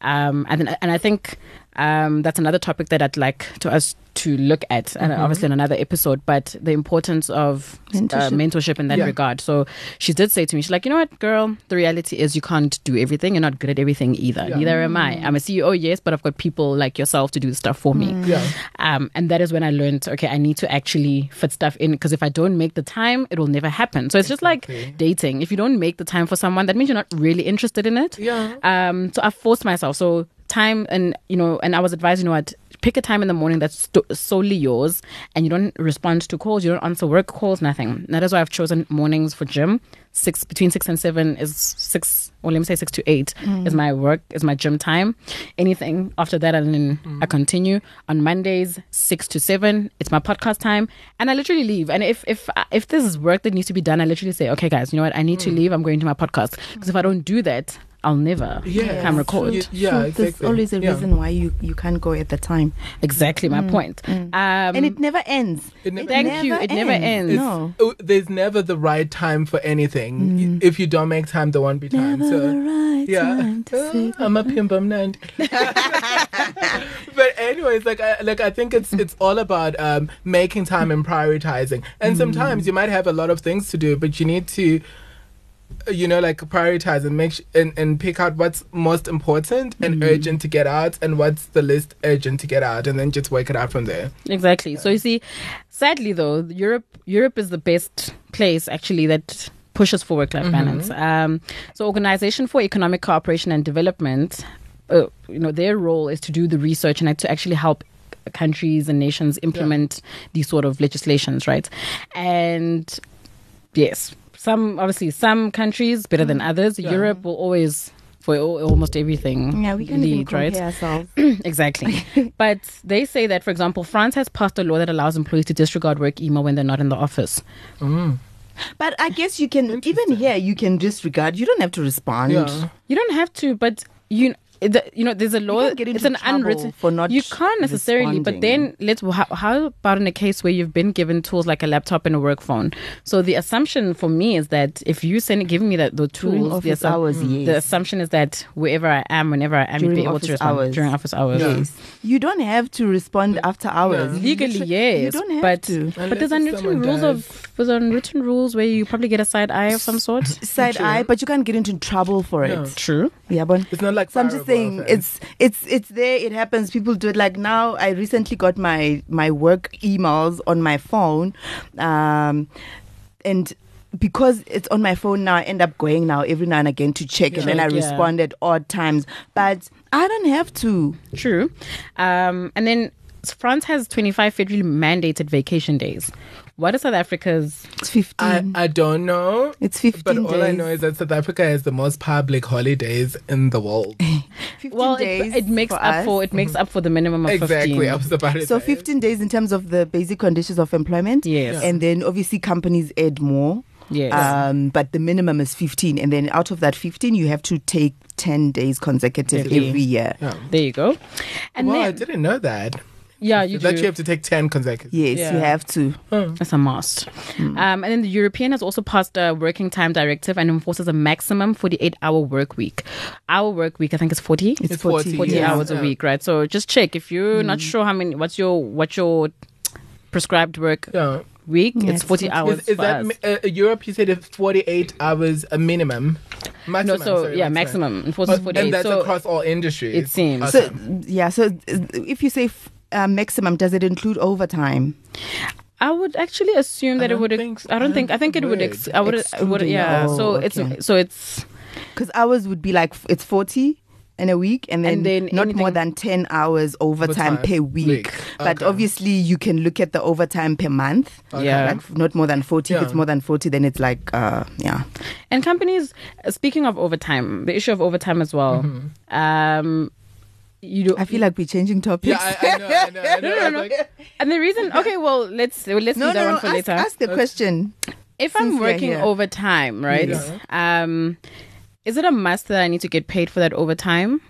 [SPEAKER 2] um, and then- and I think. Um, that's another topic that I'd like to us to look at, and
[SPEAKER 3] Mm-hmm.
[SPEAKER 2] obviously in another episode. But the importance of mentorship,
[SPEAKER 1] Mentorship.
[SPEAKER 2] uh, mentorship in that
[SPEAKER 3] Yeah.
[SPEAKER 2] regard. So she did say to me, she's like, you know what, girl, the reality is you can't do everything. You're not good at everything either.
[SPEAKER 3] Yeah.
[SPEAKER 2] Neither am I. I'm a CEO, yes, but I've got people like yourself to do the stuff for me.
[SPEAKER 3] Yeah.
[SPEAKER 2] Um, and that is when I learned, okay, I need to actually fit stuff in because if I don't make the time, it will never happen. So it's just
[SPEAKER 3] Exactly.
[SPEAKER 2] like dating. If you don't make the time for someone, that means you're not really interested in it.
[SPEAKER 3] Yeah.
[SPEAKER 2] Um, so I forced myself. So time and you know, and I was advised, you know what, pick a time in the morning that's sto- solely yours, and you don't respond to calls, you don't answer work calls, nothing. And that is why I've chosen mornings for gym. Six between six and seven is six, or let me say six to eight is my work is my gym time. Anything after that, and then I continue on Mondays six to seven. It's my podcast time, and I literally leave. And if if if this is work that needs to be done, I literally say, okay, guys, you know what, I need to leave. I'm going to my podcast because if I don't do that. I'll never
[SPEAKER 3] Yeah.
[SPEAKER 2] come record.
[SPEAKER 3] Y- yeah,
[SPEAKER 1] True. There's
[SPEAKER 3] exactly.
[SPEAKER 1] always a
[SPEAKER 3] Yeah.
[SPEAKER 1] reason why you, you can't go at the time.
[SPEAKER 2] Exactly my point. Um,
[SPEAKER 1] and it never ends.
[SPEAKER 3] It never
[SPEAKER 2] thank
[SPEAKER 1] never
[SPEAKER 2] you. It never
[SPEAKER 1] ends.
[SPEAKER 2] ends.
[SPEAKER 3] It's-
[SPEAKER 1] No.
[SPEAKER 3] oh, there's never the right time for anything.
[SPEAKER 2] Hmm.
[SPEAKER 3] Y- If you don't make time, there won't be time.
[SPEAKER 1] Never
[SPEAKER 3] so
[SPEAKER 1] the right
[SPEAKER 3] yeah,
[SPEAKER 1] time to
[SPEAKER 3] Uh,
[SPEAKER 1] say
[SPEAKER 3] I'm a pimp. I'm not. but anyways, like I, like I think it's it's all about um, making time and prioritizing. And
[SPEAKER 1] Mm.
[SPEAKER 3] sometimes you might have a lot of things to do, but you need to uh, you know like prioritize and make sh- and, and pick out what's most important and
[SPEAKER 1] Mm-hmm.
[SPEAKER 3] urgent to get out and what's the least urgent to get out and then just work it out from there
[SPEAKER 2] Exactly. So you see, sadly though, Europe Europe is the best place actually that pushes for work life balance. Um, so Organization for Economic Cooperation and Development, uh, you know, their role is to do the research and to actually help countries and nations implement these sort of legislations, right? And yes, some obviously some countries better than others.
[SPEAKER 3] Yeah.
[SPEAKER 2] Europe will always for al- almost everything
[SPEAKER 1] Yeah, we can even
[SPEAKER 2] lead,
[SPEAKER 1] compare
[SPEAKER 2] right?
[SPEAKER 1] ourselves.
[SPEAKER 2] exactly. but they say that, for example, France has passed a law that allows employees to disregard work email when they're not in the office.
[SPEAKER 1] But I guess you can even here you can disregard. You don't have to respond.
[SPEAKER 3] yeah
[SPEAKER 2] You don't have to, but you. The, you know, there's a law.
[SPEAKER 1] can get
[SPEAKER 2] it's
[SPEAKER 1] into
[SPEAKER 2] an
[SPEAKER 1] trouble
[SPEAKER 2] unwritten.
[SPEAKER 1] for not
[SPEAKER 2] you can't necessarily. But then let's. How, how about in a case where you've been given tools like a laptop and a work phone? So the assumption for me is that if you send giving me that the
[SPEAKER 1] During
[SPEAKER 2] tools, the,
[SPEAKER 1] office
[SPEAKER 2] assum-
[SPEAKER 1] hours, yes.
[SPEAKER 2] the assumption is that wherever I am, whenever I am,
[SPEAKER 1] During
[SPEAKER 2] you'd be able
[SPEAKER 1] office
[SPEAKER 2] to respond
[SPEAKER 1] hours.
[SPEAKER 2] during office hours.
[SPEAKER 1] Yes. You don't have to respond after hours.
[SPEAKER 3] Yeah.
[SPEAKER 1] You
[SPEAKER 2] Mm-hmm. legally
[SPEAKER 1] literally-
[SPEAKER 2] yes
[SPEAKER 1] You don't have
[SPEAKER 2] but
[SPEAKER 1] to.
[SPEAKER 2] but there's
[SPEAKER 3] Unless if
[SPEAKER 2] unwritten
[SPEAKER 3] someone
[SPEAKER 2] rules
[SPEAKER 3] dies.
[SPEAKER 2] of there's unwritten rules where you probably get a side eye of some sort
[SPEAKER 1] Side eye, but you can't get into trouble for it.
[SPEAKER 3] No.
[SPEAKER 2] true
[SPEAKER 1] Yeah, but
[SPEAKER 3] it's not like
[SPEAKER 1] so I'm just
[SPEAKER 3] fireable
[SPEAKER 1] saying
[SPEAKER 3] offense.
[SPEAKER 1] it's it's it's there. It happens. People do it. Like now, I recently got my my work emails on my phone, um, and. Because it's on my phone now, I end up going now every now and again to check, and then I
[SPEAKER 2] Check, yeah.
[SPEAKER 1] respond at odd times. But I don't have to.
[SPEAKER 2] true um and then s- france has 25 federally mandated vacation days what is south africa's
[SPEAKER 1] It's fifteen.
[SPEAKER 3] I, I don't know.
[SPEAKER 1] It's 15
[SPEAKER 3] But all I
[SPEAKER 1] days.
[SPEAKER 3] know is that South Africa has the most public holidays in the world.
[SPEAKER 1] 15
[SPEAKER 2] well
[SPEAKER 1] days
[SPEAKER 2] it, it makes
[SPEAKER 1] for
[SPEAKER 2] up
[SPEAKER 1] us.
[SPEAKER 2] for it makes up for the minimum of
[SPEAKER 3] Mm-hmm. exactly. I
[SPEAKER 2] 15
[SPEAKER 3] was about to
[SPEAKER 1] so
[SPEAKER 3] say.
[SPEAKER 1] 15 days in terms of the basic conditions of employment
[SPEAKER 2] Yes.
[SPEAKER 1] and then obviously companies add more
[SPEAKER 2] Yes.
[SPEAKER 3] Ah.
[SPEAKER 1] um, but the minimum is 15 and then out of that 15 you have to take 10 days consecutive
[SPEAKER 2] Definitely.
[SPEAKER 1] every year
[SPEAKER 3] Yeah.
[SPEAKER 2] there you go and
[SPEAKER 3] wow, I
[SPEAKER 2] then
[SPEAKER 3] didn't know that.
[SPEAKER 2] yeah you
[SPEAKER 3] that
[SPEAKER 2] do.
[SPEAKER 3] you have to take 10 consecutive.
[SPEAKER 1] yes you
[SPEAKER 2] Yeah.
[SPEAKER 1] have to
[SPEAKER 2] That's a must.
[SPEAKER 3] Hmm.
[SPEAKER 2] Um, and then the European has also passed a working time directive and enforces a maximum 48 hour work week. Our work week, I think, is 40.
[SPEAKER 1] it's,
[SPEAKER 3] It's
[SPEAKER 1] 40,
[SPEAKER 3] 40
[SPEAKER 2] 40
[SPEAKER 3] Yeah.
[SPEAKER 2] hours a
[SPEAKER 3] Yeah.
[SPEAKER 2] week, right? So just check if you're not
[SPEAKER 1] Mm.
[SPEAKER 2] sure how many. What's your what's your prescribed work
[SPEAKER 3] Yeah.
[SPEAKER 2] week?
[SPEAKER 1] Yeah,
[SPEAKER 2] it's
[SPEAKER 1] it's
[SPEAKER 2] 40
[SPEAKER 1] 40.
[SPEAKER 2] hours.
[SPEAKER 3] Is, is
[SPEAKER 2] for
[SPEAKER 3] that
[SPEAKER 2] us.
[SPEAKER 3] mi- uh, Europe? You said it's 48 hours a minimum.
[SPEAKER 2] no?
[SPEAKER 3] Maximum,
[SPEAKER 2] So
[SPEAKER 3] sorry,
[SPEAKER 2] yeah, maximum enforces
[SPEAKER 3] Oh,
[SPEAKER 2] 48.
[SPEAKER 3] and that's
[SPEAKER 2] so
[SPEAKER 3] across all industries.
[SPEAKER 2] it seems.
[SPEAKER 3] Okay.
[SPEAKER 1] so yeah so uh, if you say f- uh, maximum does it include overtime
[SPEAKER 2] I would actually assume
[SPEAKER 3] I
[SPEAKER 2] that it
[SPEAKER 3] don't
[SPEAKER 2] would.
[SPEAKER 3] think
[SPEAKER 2] Ex-
[SPEAKER 3] so.
[SPEAKER 2] I don't think. I think it would. Ex- I would. I would
[SPEAKER 1] Excluding-
[SPEAKER 2] yeah.
[SPEAKER 1] oh,
[SPEAKER 2] so
[SPEAKER 1] okay.
[SPEAKER 2] it's so it's
[SPEAKER 1] because hours would be like f- it's 40 in a week and then,
[SPEAKER 2] And then
[SPEAKER 1] not more
[SPEAKER 2] anything-
[SPEAKER 1] than 10 hours overtime,
[SPEAKER 3] Overtime.
[SPEAKER 1] per week,
[SPEAKER 3] Week.
[SPEAKER 1] but
[SPEAKER 3] Okay.
[SPEAKER 1] obviously you can look at the overtime per month
[SPEAKER 2] yeah.
[SPEAKER 1] like not more than 40 if
[SPEAKER 3] Yeah.
[SPEAKER 1] it's more than 40 then it's like uh yeah
[SPEAKER 2] And companies, uh, speaking of overtime, the issue of overtime as well.
[SPEAKER 3] Mm-hmm.
[SPEAKER 2] Um, you do,
[SPEAKER 1] i feel like we're changing topics
[SPEAKER 3] Yeah, I, I know, I know, I know.
[SPEAKER 2] no,
[SPEAKER 3] I was
[SPEAKER 2] no.
[SPEAKER 3] like,
[SPEAKER 2] and the reason. Okay, well, let's well, let's
[SPEAKER 1] no
[SPEAKER 2] leave that
[SPEAKER 1] no, no
[SPEAKER 2] one for
[SPEAKER 1] ask,
[SPEAKER 2] later.
[SPEAKER 1] ask the question
[SPEAKER 2] if
[SPEAKER 1] since
[SPEAKER 2] I'm
[SPEAKER 1] we are
[SPEAKER 2] working
[SPEAKER 1] here.
[SPEAKER 2] overtime, right? Um, is it a must that I need to get paid for that overtime,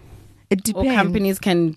[SPEAKER 1] it
[SPEAKER 2] or
[SPEAKER 1] depends
[SPEAKER 2] companies can?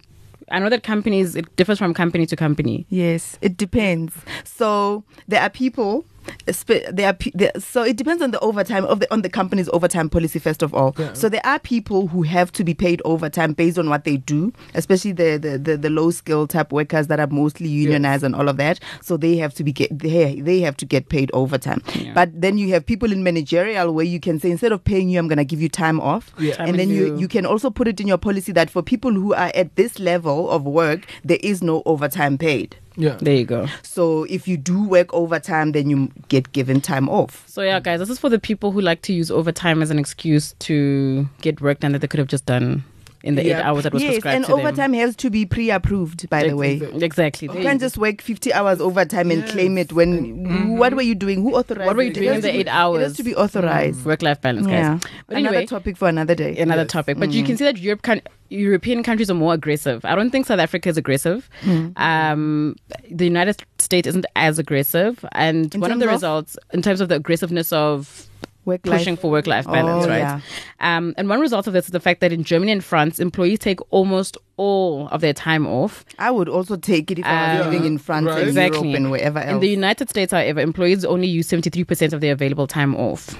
[SPEAKER 2] I know that companies it differs from company to company.
[SPEAKER 1] yes it depends so there are people sp- there are pe- there, so it depends on the overtime of the on the company's overtime policy first of all.
[SPEAKER 3] Yeah.
[SPEAKER 1] So there are people who have to be paid overtime based on what they do, especially the the, the, the low skill type workers that are mostly unionized and all of that. So they have to be get they they have to get paid overtime.
[SPEAKER 2] Yeah.
[SPEAKER 1] But then you have people in managerial where you can say instead of paying you, I'm gonna give you time off,
[SPEAKER 3] Yeah.
[SPEAKER 1] and
[SPEAKER 2] Time and
[SPEAKER 1] then you
[SPEAKER 2] due.
[SPEAKER 1] you can also put it in your policy that for people who are at this level of work, there is no overtime paid.
[SPEAKER 3] Yeah.
[SPEAKER 2] There you go.
[SPEAKER 1] So if you do work overtime, then you get given time off.
[SPEAKER 2] So yeah, guys, this is for the people who like to use overtime as an excuse to get work done that they could have just done in the eight
[SPEAKER 3] Yeah.
[SPEAKER 2] hours that was
[SPEAKER 1] yes,
[SPEAKER 2] prescribed
[SPEAKER 1] and
[SPEAKER 2] to them.
[SPEAKER 1] overtime has to be pre-approved, by the way.
[SPEAKER 2] Ex- Exactly.
[SPEAKER 1] You
[SPEAKER 2] There
[SPEAKER 1] can't
[SPEAKER 2] go.
[SPEAKER 1] just work 50 hours overtime and
[SPEAKER 3] Yes.
[SPEAKER 1] claim it when what were you doing? Who authorized?
[SPEAKER 2] Mm-hmm. what were you
[SPEAKER 1] it? It
[SPEAKER 2] doing in
[SPEAKER 1] has
[SPEAKER 2] the
[SPEAKER 1] to be-
[SPEAKER 2] eight hours?
[SPEAKER 1] It has to be authorized.
[SPEAKER 2] Work-life balance, guys.
[SPEAKER 1] Yeah.
[SPEAKER 2] But
[SPEAKER 1] another
[SPEAKER 2] anyway,
[SPEAKER 1] topic for another day.
[SPEAKER 2] another
[SPEAKER 3] Yes.
[SPEAKER 2] topic. But you
[SPEAKER 1] Mm.
[SPEAKER 2] can see that Europe can, European countries are more aggressive. I don't think South Africa is aggressive.
[SPEAKER 1] Hmm.
[SPEAKER 2] Um, the United States isn't as aggressive, and
[SPEAKER 1] In
[SPEAKER 2] one of
[SPEAKER 1] terms
[SPEAKER 2] the
[SPEAKER 1] of?
[SPEAKER 2] results in terms of the aggressiveness of
[SPEAKER 1] Work
[SPEAKER 2] pushing
[SPEAKER 1] life.
[SPEAKER 2] for work-life balance,
[SPEAKER 1] Oh,
[SPEAKER 2] right?
[SPEAKER 1] yeah.
[SPEAKER 2] Um, and one result of this is the fact that in Germany and France, employees take almost all of their time off.
[SPEAKER 1] I would also take it if I was
[SPEAKER 2] Um,
[SPEAKER 1] living in France
[SPEAKER 3] right.
[SPEAKER 1] and
[SPEAKER 2] Exactly.
[SPEAKER 1] Europe and wherever else.
[SPEAKER 2] In the United States, however, employees only use seventy-three percent of their available time off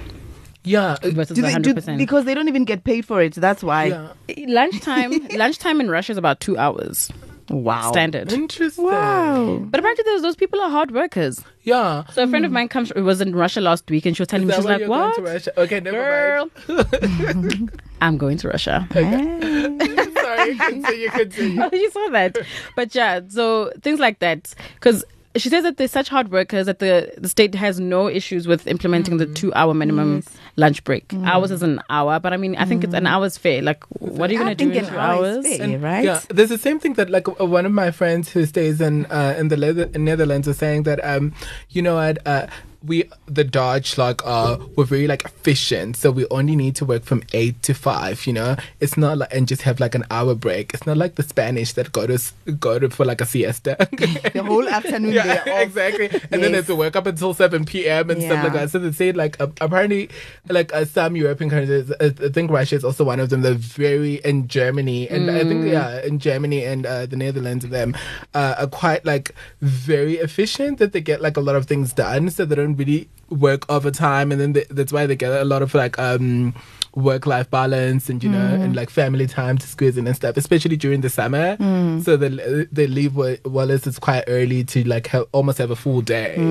[SPEAKER 3] Yeah. uh,
[SPEAKER 2] versus
[SPEAKER 1] do they,
[SPEAKER 2] one
[SPEAKER 1] do,
[SPEAKER 2] hundred percent.
[SPEAKER 1] because they don't even get paid for it. That's why.
[SPEAKER 3] yeah.
[SPEAKER 2] Lunchtime, lunchtime in Russia is about two hours
[SPEAKER 1] Wow.
[SPEAKER 2] standard.
[SPEAKER 3] Interesting.
[SPEAKER 1] Wow.
[SPEAKER 2] But apparently, those those people are hard workers.
[SPEAKER 3] Yeah.
[SPEAKER 2] So a friend of mine comes. It was in Russia last week, and she was telling
[SPEAKER 3] Is
[SPEAKER 2] me
[SPEAKER 3] that
[SPEAKER 2] she's
[SPEAKER 3] why
[SPEAKER 2] like,
[SPEAKER 3] you're going to
[SPEAKER 2] "What,
[SPEAKER 3] Russia? Okay, never
[SPEAKER 2] girl? I'm going to Russia."
[SPEAKER 3] mind. Sorry, continue, continue.
[SPEAKER 2] Oh, you saw that, but yeah. So things like that, because she says that they're such hard workers that the the state has no issues with implementing the two hour minimum lunch break. Hours is an hour, but I mean, I think it's an hour's fair. Like, what are you
[SPEAKER 1] I
[SPEAKER 2] going to do
[SPEAKER 1] think
[SPEAKER 2] in
[SPEAKER 1] an
[SPEAKER 2] two
[SPEAKER 1] hour is
[SPEAKER 2] hours?
[SPEAKER 1] fair.
[SPEAKER 3] And,
[SPEAKER 1] right?
[SPEAKER 3] Yeah, there's the same thing that like uh, one of my friends who stays in uh, in the Leather- Netherlands was saying that um, you know what. Uh, we the Dutch like uh we're very like efficient, so we only need to work from eight to five. You know, it's not like and just have like an hour break. It's not like the Spanish that go to s- go to for like a siesta.
[SPEAKER 1] The whole afternoon
[SPEAKER 3] yeah,
[SPEAKER 1] they are off.
[SPEAKER 3] exactly. And then
[SPEAKER 1] Yes.
[SPEAKER 3] they have to work up until seven p.m. and stuff like
[SPEAKER 1] Yeah.
[SPEAKER 3] that. So they say like uh, apparently like uh, some European countries, uh, I think Russia is also one of them. They're very and Germany and I think yeah, in Germany and uh, the Netherlands, them uh, are quite like very efficient that they get like a lot of things done, so they don't really work overtime, and then they, that's why they get a lot of like um work life balance and you know and like family time to squeeze in and stuff especially during the summer so they they leave wa- Wallace it's quite early to like ha- almost have a full day you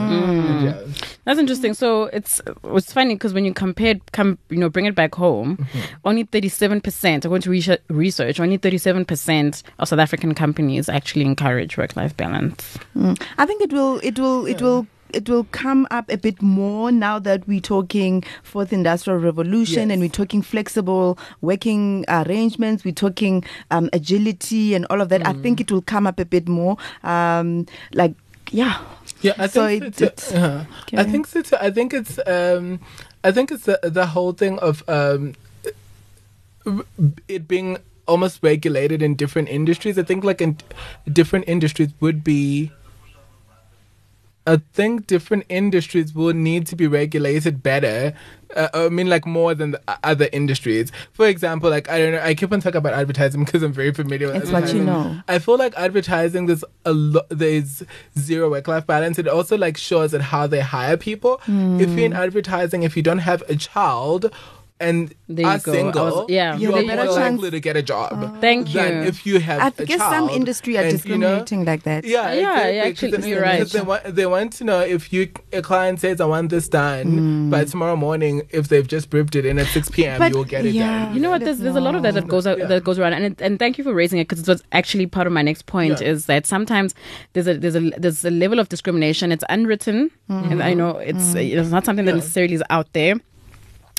[SPEAKER 3] know And, yeah.
[SPEAKER 2] That's interesting. So it's it's funny because when you compare, come you know, bring it back home, only thirty seven percent. According to research, research only thirty seven percent of South African companies actually encourage work life balance.
[SPEAKER 1] Mm. I think it will it will it will it will come up a bit more now that we're talking fourth industrial revolution
[SPEAKER 3] Yes.
[SPEAKER 1] and we're talking flexible working arrangements we're talking um, agility and all of that i
[SPEAKER 3] Mm.
[SPEAKER 1] think it will come up a bit more um, like yeah
[SPEAKER 3] Yeah, I
[SPEAKER 1] So
[SPEAKER 3] think
[SPEAKER 1] it-
[SPEAKER 3] so too.
[SPEAKER 1] it's-
[SPEAKER 3] Uh-huh. I
[SPEAKER 1] Okay.
[SPEAKER 3] think so too. I think it's um, I think it's the, the whole thing of um, it being almost regulated in different industries. I think like in different industries would be. I think different industries will need to be regulated better. Uh, I mean, like more than the o- other industries. For example, like I don't know. I keep on talking about advertising because I'm very familiar with
[SPEAKER 1] It's what you
[SPEAKER 3] advertising.
[SPEAKER 1] know.
[SPEAKER 3] I feel like advertising there's a lot there's zero work life balance. It also like shows at how they hire people.
[SPEAKER 1] Hmm.
[SPEAKER 3] If you're in advertising, if you don't have a child and
[SPEAKER 2] There you
[SPEAKER 3] are
[SPEAKER 2] go. I
[SPEAKER 3] single,
[SPEAKER 2] was- yeah.
[SPEAKER 3] you
[SPEAKER 1] There
[SPEAKER 3] are
[SPEAKER 1] you
[SPEAKER 3] more
[SPEAKER 1] go. Oh.
[SPEAKER 3] likely to get a job.
[SPEAKER 2] Thank you.
[SPEAKER 3] than if you have
[SPEAKER 1] i
[SPEAKER 3] a
[SPEAKER 1] guess
[SPEAKER 3] child.
[SPEAKER 1] some industry are
[SPEAKER 3] and, you know,
[SPEAKER 1] discriminating like that
[SPEAKER 3] yeah,
[SPEAKER 2] Yeah, yeah,
[SPEAKER 3] exactly, 'cause
[SPEAKER 2] actually,
[SPEAKER 3] then-
[SPEAKER 2] you're right.
[SPEAKER 3] 'cause They want, they want to know if you a client says, "I want this done
[SPEAKER 2] Hmm.
[SPEAKER 3] by tomorrow morning." If they've just briefed it in at six p.m.,
[SPEAKER 1] But-
[SPEAKER 3] you will get it
[SPEAKER 1] yeah.
[SPEAKER 3] done.
[SPEAKER 2] You know what?
[SPEAKER 1] Let us
[SPEAKER 2] There's, there's a lot of that that goes out,
[SPEAKER 3] Yeah.
[SPEAKER 2] that goes around, and it, and thank you for raising it because it was actually part of my next point.
[SPEAKER 3] Yeah.
[SPEAKER 2] Is that sometimes there's a there's a there's a level of discrimination. It's unwritten,
[SPEAKER 1] Mm-hmm.
[SPEAKER 2] and I know it's it's not something that
[SPEAKER 3] Yeah.
[SPEAKER 2] necessarily is out there.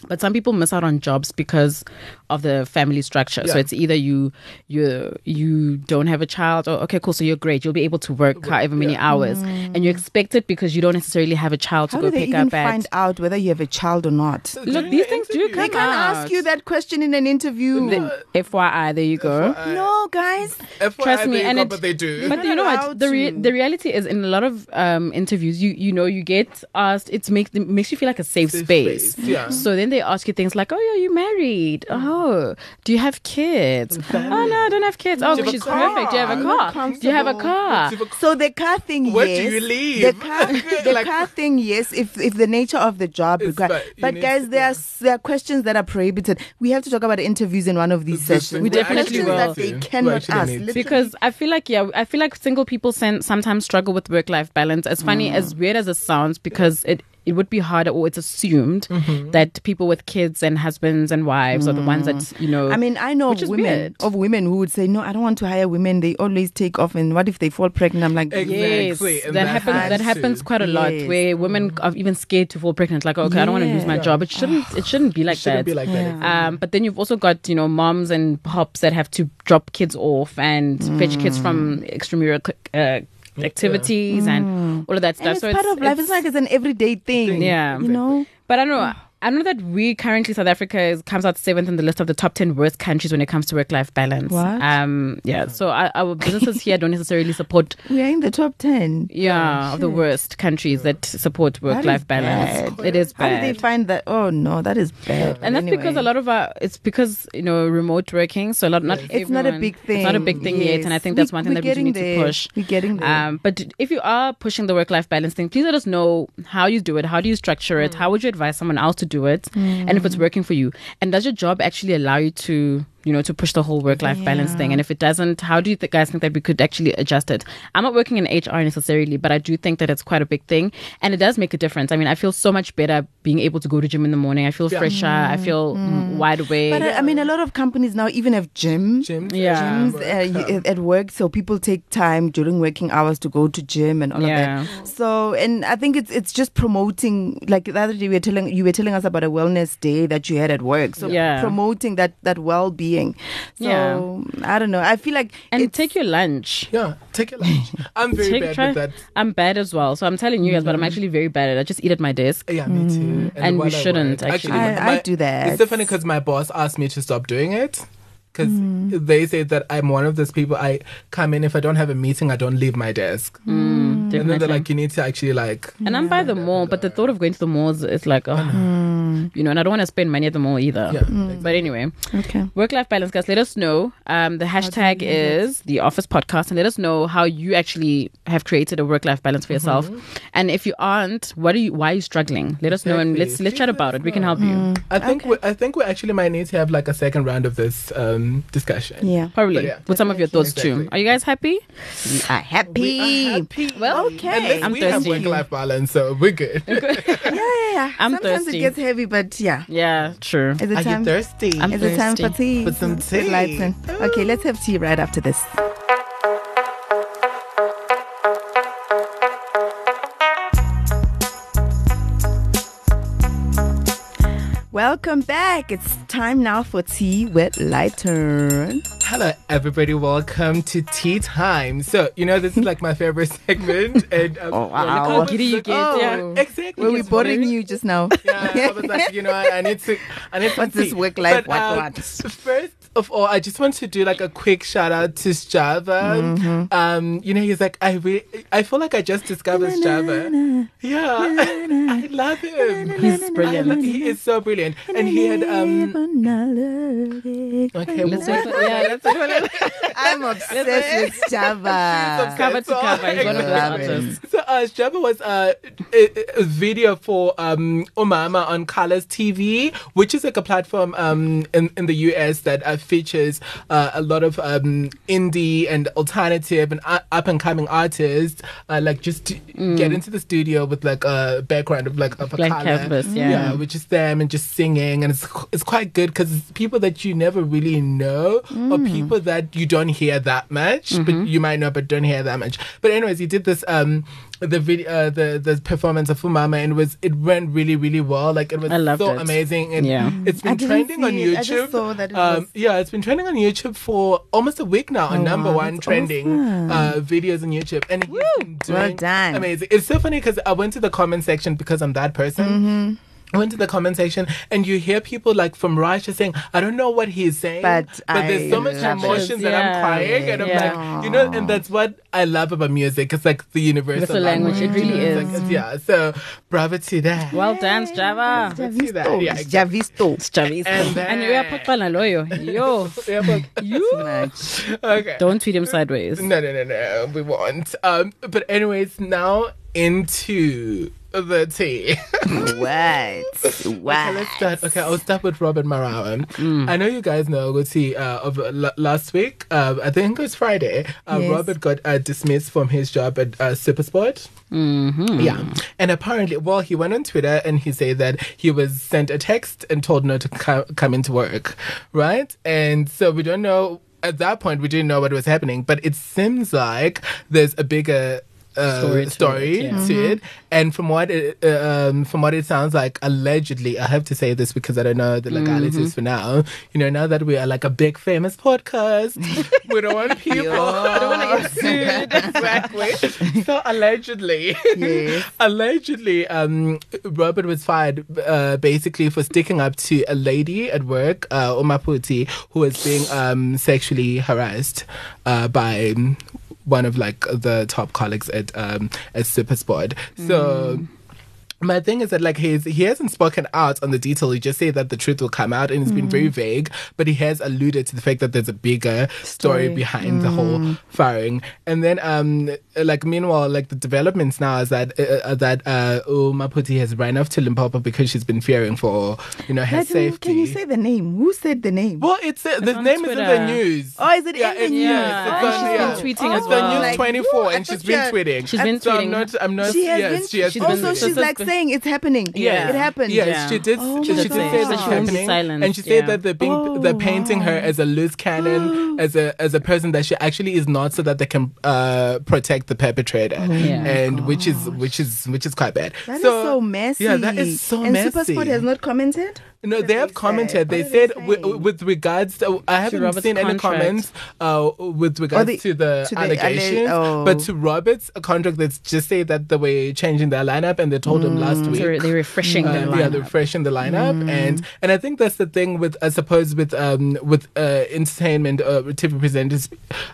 [SPEAKER 2] But some people miss out on jobs because of the family structure. So
[SPEAKER 3] Yeah.
[SPEAKER 2] it's either you you you don't have a child, or okay, cool. So you're great. You'll be able to work however many
[SPEAKER 3] yeah.
[SPEAKER 2] hours, and you expect it because you don't necessarily have a child
[SPEAKER 1] Mm. how
[SPEAKER 2] to go
[SPEAKER 1] do they
[SPEAKER 2] pick
[SPEAKER 1] even
[SPEAKER 2] up at.
[SPEAKER 1] find out whether you have a child or not
[SPEAKER 3] So
[SPEAKER 2] Look,
[SPEAKER 3] during
[SPEAKER 2] these
[SPEAKER 3] the
[SPEAKER 2] things do
[SPEAKER 3] interview-
[SPEAKER 1] they
[SPEAKER 2] come
[SPEAKER 1] can't
[SPEAKER 2] out.
[SPEAKER 1] ask you that question in an interview
[SPEAKER 2] The- FYI, there you go.
[SPEAKER 1] no guys
[SPEAKER 3] FYI,
[SPEAKER 2] Trust me,
[SPEAKER 3] they
[SPEAKER 2] and
[SPEAKER 3] go,
[SPEAKER 2] it-
[SPEAKER 3] but they do.
[SPEAKER 2] But
[SPEAKER 1] not
[SPEAKER 2] you know what?
[SPEAKER 1] allowed
[SPEAKER 2] The re-
[SPEAKER 1] to.
[SPEAKER 2] the reality is, in a lot of um, interviews, you you know you get asked. It's make it makes you feel like a safe,
[SPEAKER 3] Safe
[SPEAKER 2] space.
[SPEAKER 3] space, yeah.
[SPEAKER 2] So then they ask you things like, "Oh, yeah, you married? Oh, Oh, do you have kids? oh no, I don't have kids. Oh,
[SPEAKER 3] Do you have a
[SPEAKER 2] she's
[SPEAKER 3] car?
[SPEAKER 2] perfect. Do you have a
[SPEAKER 3] I'm
[SPEAKER 1] not
[SPEAKER 2] car? Do you have a
[SPEAKER 1] comfortable.
[SPEAKER 2] car?
[SPEAKER 3] Super-
[SPEAKER 1] So the car thing,
[SPEAKER 3] Where do
[SPEAKER 1] yes.
[SPEAKER 3] you live?
[SPEAKER 1] The car, the
[SPEAKER 3] Like-
[SPEAKER 1] car thing, yes. If if the nature of the job
[SPEAKER 3] It's
[SPEAKER 1] requires,
[SPEAKER 3] like, you
[SPEAKER 1] but
[SPEAKER 3] need
[SPEAKER 1] guys,
[SPEAKER 3] to-
[SPEAKER 1] there are
[SPEAKER 3] yeah.
[SPEAKER 1] s- there are questions that are prohibited. We have to talk about interviews in one of these
[SPEAKER 3] This
[SPEAKER 1] sessions.
[SPEAKER 3] thing- We
[SPEAKER 1] There are
[SPEAKER 2] definitely
[SPEAKER 1] questions
[SPEAKER 2] will.
[SPEAKER 1] that they
[SPEAKER 3] We
[SPEAKER 1] cannot
[SPEAKER 3] actually
[SPEAKER 1] ask
[SPEAKER 3] need to.
[SPEAKER 1] literally.
[SPEAKER 2] because I feel like yeah, I feel like single people sen- sometimes struggle with work life balance. As funny as weird as it sounds, because it it would be harder, or it's assumed that people with kids and husbands and wives are the ones that you know.
[SPEAKER 1] I mean, I know
[SPEAKER 2] Which is
[SPEAKER 1] women
[SPEAKER 2] weird.
[SPEAKER 1] of women who would say, "No, I don't want to hire women. They always take off, and what if they fall pregnant?" I'm like,
[SPEAKER 3] Ex-
[SPEAKER 2] Yes,
[SPEAKER 3] Exactly,
[SPEAKER 2] that,
[SPEAKER 3] and that
[SPEAKER 2] happens.
[SPEAKER 1] has
[SPEAKER 2] That happens
[SPEAKER 3] to- Mm.
[SPEAKER 2] quite a lot.
[SPEAKER 1] Yes.
[SPEAKER 2] Where women are even scared to fall pregnant. Like, okay, I don't want to lose my
[SPEAKER 1] Yeah.
[SPEAKER 2] job. It shouldn't. It shouldn't be like that.
[SPEAKER 3] shouldn't be like that.
[SPEAKER 2] Um, but then you've also got you know moms and hops that have to drop kids off and fetch kids from
[SPEAKER 1] Mm.
[SPEAKER 2] extramural uh, activities Mm. and all of that
[SPEAKER 1] and
[SPEAKER 2] stuff.
[SPEAKER 1] it's
[SPEAKER 2] so
[SPEAKER 1] part
[SPEAKER 2] it's,
[SPEAKER 1] of life. It's,
[SPEAKER 2] it's-
[SPEAKER 1] like it's an everyday thing.
[SPEAKER 2] Yeah.
[SPEAKER 1] you know.
[SPEAKER 2] But I don't know. I know that we currently South Africa is, comes out seventh in the list of the top ten worst countries when it comes to work-life balance.
[SPEAKER 1] What?
[SPEAKER 2] Um, yeah. So our, our businesses here don't necessarily support.
[SPEAKER 1] We are in the top ten.
[SPEAKER 2] Yeah, of the worst countries that support
[SPEAKER 1] That
[SPEAKER 2] work-life
[SPEAKER 1] is
[SPEAKER 2] balance.
[SPEAKER 1] bad.
[SPEAKER 2] It is
[SPEAKER 1] How
[SPEAKER 2] bad.
[SPEAKER 1] did they find that? Oh no, that is bad.
[SPEAKER 2] and that's because a
[SPEAKER 1] Anyway.
[SPEAKER 2] lot of our it's because you know remote working so a lot not
[SPEAKER 1] It's not a
[SPEAKER 2] everyone-
[SPEAKER 1] big thing.
[SPEAKER 2] it's not a big thing yet
[SPEAKER 1] Yes.
[SPEAKER 2] and i think
[SPEAKER 1] We-
[SPEAKER 2] that's one thing
[SPEAKER 1] we're
[SPEAKER 2] that we do
[SPEAKER 1] getting
[SPEAKER 2] need
[SPEAKER 1] there.
[SPEAKER 2] to push
[SPEAKER 1] We're getting there.
[SPEAKER 2] um, but if you are pushing the work-life balance thing please let us know how you do it how do you structure it how would you advise someone else to do it and if it's working for you and does your job actually allow you to you know to push the whole work-life balance thing and if it doesn't how do you th- guys think that we could actually adjust it i'm not working in hr necessarily but i do think that it's quite a big thing and it does make a difference i mean i feel so much better being able to go to gym in the morning i feel
[SPEAKER 3] Yeah.
[SPEAKER 2] fresher i feel mm, wide awake
[SPEAKER 1] But uh, I, I mean, a lot of companies now even have gym.
[SPEAKER 3] Gyms,
[SPEAKER 2] Yeah.
[SPEAKER 1] Gyms
[SPEAKER 3] um,
[SPEAKER 1] uh, y- at work, so people take time during working hours to go to gym and all
[SPEAKER 2] Yeah.
[SPEAKER 1] of that. So, and I think it's it's just promoting. Like the other day, we were telling you were telling us about a wellness day that you had at work. So,
[SPEAKER 2] Yeah.
[SPEAKER 1] promoting that that well being. So, I don't know. I feel like
[SPEAKER 2] and
[SPEAKER 1] it's,
[SPEAKER 2] take your lunch
[SPEAKER 3] yeah, take it. Like, I'm very
[SPEAKER 2] Take-
[SPEAKER 3] bad
[SPEAKER 2] try-
[SPEAKER 3] with that. Mm-hmm.
[SPEAKER 2] I'm bad as well. So I'm telling you guys, but I'm actually very bad at it. I just eat at my desk.
[SPEAKER 3] Yeah, me too.
[SPEAKER 2] Hmm. And we
[SPEAKER 3] while I
[SPEAKER 2] shouldn't,
[SPEAKER 3] work-
[SPEAKER 2] actually.
[SPEAKER 1] I, I
[SPEAKER 3] my-
[SPEAKER 1] do that.
[SPEAKER 3] It's so funny because my boss asked me to stop doing it because
[SPEAKER 2] Hmm.
[SPEAKER 3] they say that I'm one of those people. I come in if I don't have a meeting, I don't leave my desk,
[SPEAKER 2] Mm,
[SPEAKER 3] and then
[SPEAKER 2] definitely.
[SPEAKER 3] they're like, "You need to actually like."
[SPEAKER 2] and I'm by the mall, but the thought of going to the malls is like, oh, you know, and I don't want to spend money at the mall either.
[SPEAKER 3] Yeah,
[SPEAKER 2] But anyway,
[SPEAKER 1] okay.
[SPEAKER 2] work life balance, guys. Let us know. Um, the hashtag is the Office Podcast, and let us know how you actually have created a work life balance for yourself.
[SPEAKER 3] Mm-hmm.
[SPEAKER 2] And if you aren't, what are you? Why are you struggling? Let us know, and let's
[SPEAKER 3] Exactly.
[SPEAKER 2] let's chat
[SPEAKER 3] Please let
[SPEAKER 2] about
[SPEAKER 3] us
[SPEAKER 2] it. We can
[SPEAKER 3] know.
[SPEAKER 2] help you.
[SPEAKER 3] I think we, I think we actually might need to have like a second round of this um, discussion.
[SPEAKER 1] Yeah.
[SPEAKER 2] Probably
[SPEAKER 3] But yeah.
[SPEAKER 2] with some of your thoughts too.
[SPEAKER 3] Exactly.
[SPEAKER 2] Are you guys happy?
[SPEAKER 1] We are happy.
[SPEAKER 3] We are happy.
[SPEAKER 2] Well,
[SPEAKER 1] okay.
[SPEAKER 3] And listen,
[SPEAKER 2] I'm
[SPEAKER 3] we
[SPEAKER 2] thirsty.
[SPEAKER 3] have work-life balance, so we're good.
[SPEAKER 1] yeah, yeah, yeah.
[SPEAKER 2] I'm
[SPEAKER 1] Sometimes
[SPEAKER 2] thirsty.
[SPEAKER 1] it gets heavy, but yeah.
[SPEAKER 2] Yeah, true.
[SPEAKER 1] Is it time?
[SPEAKER 3] thirsty?
[SPEAKER 2] I'm
[SPEAKER 1] Is it time for
[SPEAKER 2] thirsty.
[SPEAKER 1] tea?
[SPEAKER 3] Put some
[SPEAKER 1] Red
[SPEAKER 3] tea.
[SPEAKER 1] lights in. Okay, let's have tea right after this. Welcome back. It's time now for tea with lighter.
[SPEAKER 3] Hello, everybody. Welcome to Tea Time. So, you know, this is like my favorite segment. And, um,
[SPEAKER 1] Oh, wow.
[SPEAKER 3] yeah, look
[SPEAKER 2] How giddy you get, yeah.
[SPEAKER 3] Oh, Exactly.
[SPEAKER 1] Were we
[SPEAKER 3] It's
[SPEAKER 1] boring
[SPEAKER 3] very-
[SPEAKER 1] you just now?
[SPEAKER 3] Yeah, I was like, you know, I, I need to. I need some
[SPEAKER 1] What's this
[SPEAKER 3] tea.
[SPEAKER 1] work life?
[SPEAKER 3] But,
[SPEAKER 1] What,
[SPEAKER 3] um,
[SPEAKER 1] what?
[SPEAKER 3] First of all, I just want to do like a quick shout out to Strava.
[SPEAKER 2] Mm-hmm.
[SPEAKER 3] Um, you know, he's like, I really, I feel like I just discovered Strava. Yeah, I love him.
[SPEAKER 2] He's
[SPEAKER 3] I
[SPEAKER 2] brilliant.
[SPEAKER 3] love- he is so brilliant, and he had um. Okay,
[SPEAKER 2] Let's
[SPEAKER 3] well,
[SPEAKER 2] wait for, yeah, let's wait for
[SPEAKER 1] I'm obsessed with Java.
[SPEAKER 2] cover to
[SPEAKER 3] That's all.
[SPEAKER 2] cover. He's one of those
[SPEAKER 1] Love it.
[SPEAKER 2] artists.
[SPEAKER 3] So uh, Strava was uh, a, a video for um, Umama on Colors TV, which is like a platform um, in, in the US that uh, features uh, a lot of um, indie and alternative and uh, up and coming artists, uh, like just to get into the studio with like a background of like of a
[SPEAKER 2] Mm. Blank
[SPEAKER 3] color,
[SPEAKER 2] canvas, yeah.
[SPEAKER 3] which is them and just singing, and it's it's quite good because it's people that you never really know or
[SPEAKER 2] Mm.
[SPEAKER 3] people that you don't hear that much,
[SPEAKER 2] Mm-hmm.
[SPEAKER 3] but you might know but don't hear that much. But anyways, he did this um the video uh, the the performance of Fumama and it was it went really really well. Like it was
[SPEAKER 2] I loved
[SPEAKER 3] so
[SPEAKER 2] it.
[SPEAKER 3] amazing. And
[SPEAKER 2] Yeah.
[SPEAKER 3] it's
[SPEAKER 1] I
[SPEAKER 3] been
[SPEAKER 1] didn't
[SPEAKER 3] trending on
[SPEAKER 1] see it.
[SPEAKER 3] YouTube.
[SPEAKER 1] I just saw that it was- Oh,
[SPEAKER 3] um, yeah, it's been trending on YouTube for almost a week now. on number
[SPEAKER 1] wow,
[SPEAKER 3] one
[SPEAKER 1] that's
[SPEAKER 3] trending uh, videos on YouTube, and he's been doing
[SPEAKER 1] Well done.
[SPEAKER 3] amazing. It's so funny because I went to the comment section because I'm that person.
[SPEAKER 1] Mm-hmm.
[SPEAKER 3] I went to the comment section and you hear people like from Russia saying, I don't know what he's saying,
[SPEAKER 1] But I
[SPEAKER 3] there's so much
[SPEAKER 1] love it.
[SPEAKER 3] emotion that I'm
[SPEAKER 2] Yeah.
[SPEAKER 3] crying. And I'm
[SPEAKER 2] Yeah.
[SPEAKER 3] like, you know, and that's what I love about music. It's like the universal
[SPEAKER 2] Universal language, it really
[SPEAKER 3] It's like-
[SPEAKER 2] is.
[SPEAKER 3] it's- yeah. So bravo to that.
[SPEAKER 2] Well done, Java.
[SPEAKER 3] See that,
[SPEAKER 1] Javisto.
[SPEAKER 3] yeah,
[SPEAKER 1] It's Javisto.
[SPEAKER 2] It's Javis.
[SPEAKER 3] And
[SPEAKER 2] And, we are
[SPEAKER 3] then-
[SPEAKER 2] Pogba Naloyo. Yo.
[SPEAKER 3] Yeah, but-
[SPEAKER 1] Too much.
[SPEAKER 3] okay.
[SPEAKER 2] Oh. Don't tweet him sideways.
[SPEAKER 3] No, no, no, no. We won't. Um, but anyways, now into the tea.
[SPEAKER 1] What?
[SPEAKER 3] Okay, let's
[SPEAKER 1] What?
[SPEAKER 3] start. Okay, I'll start with Robin Marawan.
[SPEAKER 2] Mm.
[SPEAKER 3] I know you guys know Guti uh, of l- last week. Um, I think it was Friday. Uh,
[SPEAKER 1] Yes.
[SPEAKER 3] Robert got uh, dismissed from his job at uh, Supersport. Mm-hmm. Yeah, and apparently, well, he went on Twitter and he said that he was sent a text and told not to co- come into work, right? And so we don't know. At that point, we didn't know what was happening, but it seems like there's a bigger. Uh,
[SPEAKER 2] Story to
[SPEAKER 3] story
[SPEAKER 2] it, yeah.
[SPEAKER 3] to it. And from what it, uh, um, from what it sounds like, allegedly, I have to say this because I don't know the legalities for now. You know, now that we are like a big famous podcast, we don't want people. I don't want to get sued. Exactly. so allegedly,
[SPEAKER 1] Yes.
[SPEAKER 3] allegedly, um, Robert was fired uh, basically for sticking up to a lady at work, uh, Umaputi, who was being um, sexually harassed uh, by um, one of like the top colleagues at um, at Supersport. So. My thing is that like he's he hasn't spoken out on the detail. He just said that the truth will come out, and it's been very vague. But he has alluded to the fact that there's a bigger story,
[SPEAKER 1] Story.
[SPEAKER 3] behind the whole firing. And then um like meanwhile like the developments now is that uh, uh, that uh Umaputi has ran off to Limpopo because she's been fearing for you know her
[SPEAKER 1] But who-
[SPEAKER 3] safety.
[SPEAKER 1] Can you say the name? Who said the name?
[SPEAKER 3] well, it's uh, the
[SPEAKER 2] on
[SPEAKER 3] name is in the
[SPEAKER 2] Twitter.
[SPEAKER 3] news.
[SPEAKER 1] Oh, is it in the
[SPEAKER 3] it's-
[SPEAKER 1] news?
[SPEAKER 3] Yeah,
[SPEAKER 2] Oh,
[SPEAKER 3] it's on,
[SPEAKER 2] she's
[SPEAKER 3] yeah.
[SPEAKER 2] been tweeting as
[SPEAKER 3] It's on
[SPEAKER 2] well.
[SPEAKER 3] news twenty
[SPEAKER 1] Yo,
[SPEAKER 3] four,
[SPEAKER 1] I
[SPEAKER 3] and she's
[SPEAKER 1] thought
[SPEAKER 3] been
[SPEAKER 1] you had-
[SPEAKER 3] tweeting.
[SPEAKER 2] She's been
[SPEAKER 3] so
[SPEAKER 2] tweeting.
[SPEAKER 3] I'm not. I'm not.
[SPEAKER 1] she has
[SPEAKER 3] yes,
[SPEAKER 1] been.
[SPEAKER 3] she has
[SPEAKER 2] she's
[SPEAKER 3] been
[SPEAKER 1] also,
[SPEAKER 3] tweeting.
[SPEAKER 1] she's
[SPEAKER 2] She's
[SPEAKER 1] like
[SPEAKER 2] been-
[SPEAKER 1] saying it's happening.
[SPEAKER 3] Yeah.
[SPEAKER 1] it happened.
[SPEAKER 3] Yes,
[SPEAKER 2] Yeah.
[SPEAKER 3] she did.
[SPEAKER 1] Oh
[SPEAKER 3] she
[SPEAKER 1] my
[SPEAKER 3] did
[SPEAKER 1] God.
[SPEAKER 3] say
[SPEAKER 1] She
[SPEAKER 3] that she
[SPEAKER 1] won't
[SPEAKER 2] be
[SPEAKER 3] happening,
[SPEAKER 2] silent,
[SPEAKER 3] and she said
[SPEAKER 2] yeah.
[SPEAKER 3] that they're being,
[SPEAKER 1] Oh,
[SPEAKER 3] they're painting her
[SPEAKER 1] wow.
[SPEAKER 3] as a loose cannon, as a as a person that she actually is not, so that they can uh, protect the perpetrator,
[SPEAKER 2] Yeah.
[SPEAKER 3] and which is which is which is quite bad.
[SPEAKER 1] Oh That is so,
[SPEAKER 3] so,
[SPEAKER 1] messy.
[SPEAKER 3] Yeah, that is so
[SPEAKER 1] and
[SPEAKER 3] messy.
[SPEAKER 1] Supersport has not commented.
[SPEAKER 3] No,
[SPEAKER 1] What
[SPEAKER 3] they
[SPEAKER 1] did
[SPEAKER 3] have
[SPEAKER 1] they say?
[SPEAKER 3] commented. They
[SPEAKER 1] What did
[SPEAKER 3] said
[SPEAKER 1] they
[SPEAKER 3] wi-
[SPEAKER 1] say?
[SPEAKER 3] wi- with regards. To, I haven't
[SPEAKER 2] Robert's
[SPEAKER 3] seen any
[SPEAKER 2] contract.
[SPEAKER 3] comments uh, with regards
[SPEAKER 1] the-
[SPEAKER 3] to the
[SPEAKER 1] Oh, to the alle-
[SPEAKER 3] allegations,
[SPEAKER 1] oh.
[SPEAKER 3] but to Robert's contract, they just say that they were changing their lineup, and they told him last
[SPEAKER 1] Mm.
[SPEAKER 3] week.
[SPEAKER 2] They're, they're refreshing the
[SPEAKER 3] Um, yeah, they're
[SPEAKER 2] lineup. Mm.
[SPEAKER 3] fresh in the lineup, and and I think that's the thing with I suppose with um with uh entertainment uh TV presenters,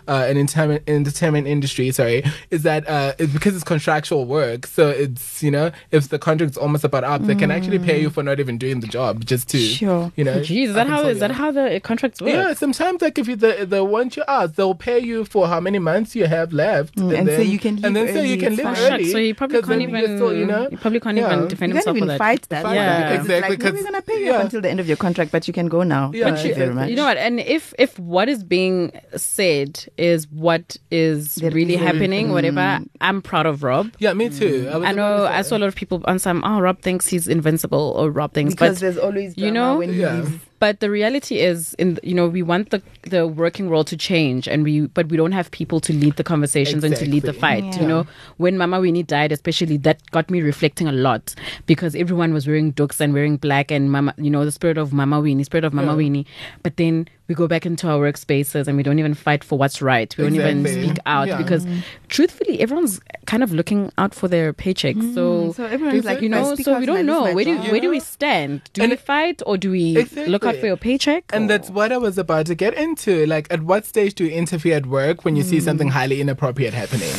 [SPEAKER 3] uh and entertainment entertainment industry sorry is that uh it's because it's contractual work, so it's you know if the contract's almost about up, they can actually pay you for not even doing the job just to
[SPEAKER 1] Sure.
[SPEAKER 3] you know.
[SPEAKER 2] Mm. Jeez, is that
[SPEAKER 3] up
[SPEAKER 2] how
[SPEAKER 3] until
[SPEAKER 2] is that
[SPEAKER 3] you-
[SPEAKER 2] how the uh, contracts work?
[SPEAKER 3] Yeah, sometimes like if you they, they want you out, they'll pay you for how many months you have
[SPEAKER 2] Mm,
[SPEAKER 3] left,
[SPEAKER 1] and so you can
[SPEAKER 3] and
[SPEAKER 1] leave
[SPEAKER 3] then so you
[SPEAKER 1] early.
[SPEAKER 3] can leave
[SPEAKER 2] Oh,
[SPEAKER 1] Fuck.
[SPEAKER 2] shucks,
[SPEAKER 3] early.
[SPEAKER 2] so he probably
[SPEAKER 3] 'cause
[SPEAKER 2] can't
[SPEAKER 3] then you're
[SPEAKER 2] even
[SPEAKER 3] still, you know
[SPEAKER 2] he probably can't
[SPEAKER 3] yeah.
[SPEAKER 2] even defend
[SPEAKER 1] You can't
[SPEAKER 2] himself
[SPEAKER 1] even
[SPEAKER 2] for that.
[SPEAKER 1] fight that.
[SPEAKER 3] Fight
[SPEAKER 2] that,
[SPEAKER 1] because it's Like,
[SPEAKER 3] exactly,
[SPEAKER 1] no,
[SPEAKER 3] because-
[SPEAKER 1] we're gonna pay you
[SPEAKER 3] yeah.
[SPEAKER 1] up until the end of your contract, but you can go now.
[SPEAKER 3] Yeah,
[SPEAKER 1] Thank you very
[SPEAKER 3] exactly.
[SPEAKER 1] much.
[SPEAKER 2] You know what? And if if what is being said is what is
[SPEAKER 1] That
[SPEAKER 2] really
[SPEAKER 1] is-
[SPEAKER 2] happening, whatever, I'm proud of Rob.
[SPEAKER 3] Yeah, me too. was
[SPEAKER 2] Mm. I
[SPEAKER 3] about
[SPEAKER 2] know
[SPEAKER 3] to
[SPEAKER 2] I
[SPEAKER 3] say.
[SPEAKER 2] saw a lot of people on some. Oh, Rob thinks he's invincible, or Rob thinks,
[SPEAKER 1] because
[SPEAKER 2] but
[SPEAKER 1] there's always
[SPEAKER 2] you
[SPEAKER 1] drama
[SPEAKER 2] know-
[SPEAKER 1] when he
[SPEAKER 3] Yeah.
[SPEAKER 1] leaves.
[SPEAKER 2] but the reality is, in you know, we want the the working world to change, and we but we don't have people to lead the conversations and to lead the
[SPEAKER 3] Exactly.
[SPEAKER 2] fight. You know, when Mama Winnie died, especially that got me reflecting a lot because everyone was wearing dukes and wearing black, and Mama, you know, the spirit of Mama Winnie, spirit of Mama
[SPEAKER 3] Yeah.
[SPEAKER 2] Winnie. But then we go back into our workspaces and we don't even fight for what's right. We don't
[SPEAKER 3] Exactly.
[SPEAKER 2] even speak out
[SPEAKER 3] Yeah.
[SPEAKER 2] because, truthfully, everyone's kind of looking out for their paycheck. So
[SPEAKER 1] So everyone's like,
[SPEAKER 2] you
[SPEAKER 1] if I
[SPEAKER 2] know,
[SPEAKER 1] speak
[SPEAKER 2] Oh, so
[SPEAKER 1] out
[SPEAKER 2] we
[SPEAKER 1] and I lose
[SPEAKER 2] don't know.
[SPEAKER 1] my
[SPEAKER 2] Where do
[SPEAKER 1] job-
[SPEAKER 2] where do we stand? Do
[SPEAKER 3] And-
[SPEAKER 2] we fight or do we look out
[SPEAKER 3] Exactly.
[SPEAKER 2] for your paycheck?
[SPEAKER 3] And that's what I was about to get into. Like, at what stage do you interfere at work when you
[SPEAKER 2] Hmm.
[SPEAKER 3] see something highly inappropriate happening?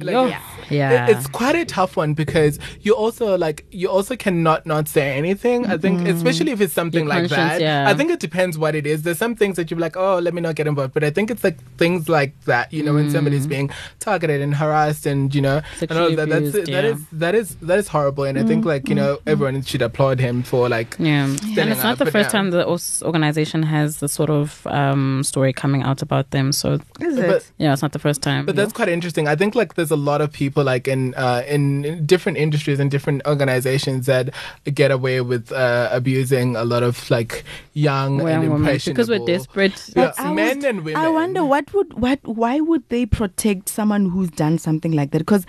[SPEAKER 3] like,
[SPEAKER 2] Yo.
[SPEAKER 3] yeah.
[SPEAKER 2] yeah.
[SPEAKER 3] It- It's quite a tough one because you also like you also cannot not say anything. I think especially if it's something
[SPEAKER 2] Mm-hmm. Your
[SPEAKER 3] like
[SPEAKER 2] conscience,
[SPEAKER 3] that.
[SPEAKER 2] yeah.
[SPEAKER 3] I think it depends what it is. There's some things that you're like, oh, let me not get involved. But I think it's like things like that. You know, when somebody's being targeted and harassed, and you know, and
[SPEAKER 2] Mm.
[SPEAKER 3] all
[SPEAKER 2] Sexually
[SPEAKER 3] that. That's
[SPEAKER 2] abused,
[SPEAKER 3] that
[SPEAKER 2] yeah. Mm-hmm.
[SPEAKER 3] is that is that is horrible. And I think like you know everyone should applaud him for like
[SPEAKER 2] yeah, and
[SPEAKER 3] standing
[SPEAKER 2] it's not
[SPEAKER 3] up,
[SPEAKER 2] the
[SPEAKER 3] but
[SPEAKER 2] first
[SPEAKER 3] yeah.
[SPEAKER 2] time the os- organization has this sort of um, story coming out about them. So
[SPEAKER 1] Is
[SPEAKER 3] But-
[SPEAKER 1] it?
[SPEAKER 2] yeah, it's not the first time.
[SPEAKER 3] But that's quite interesting. I think like there's a lot of people like in uh, in in different industries and different organizations that get away with uh, abusing a lot of like young
[SPEAKER 2] Well,
[SPEAKER 3] and
[SPEAKER 2] women,
[SPEAKER 3] impressionable
[SPEAKER 2] because we're desperate.
[SPEAKER 3] Yeah,
[SPEAKER 1] I
[SPEAKER 3] men
[SPEAKER 1] was-
[SPEAKER 3] and women.
[SPEAKER 1] I wonder what would what why would they protect someone who's done something like that? Because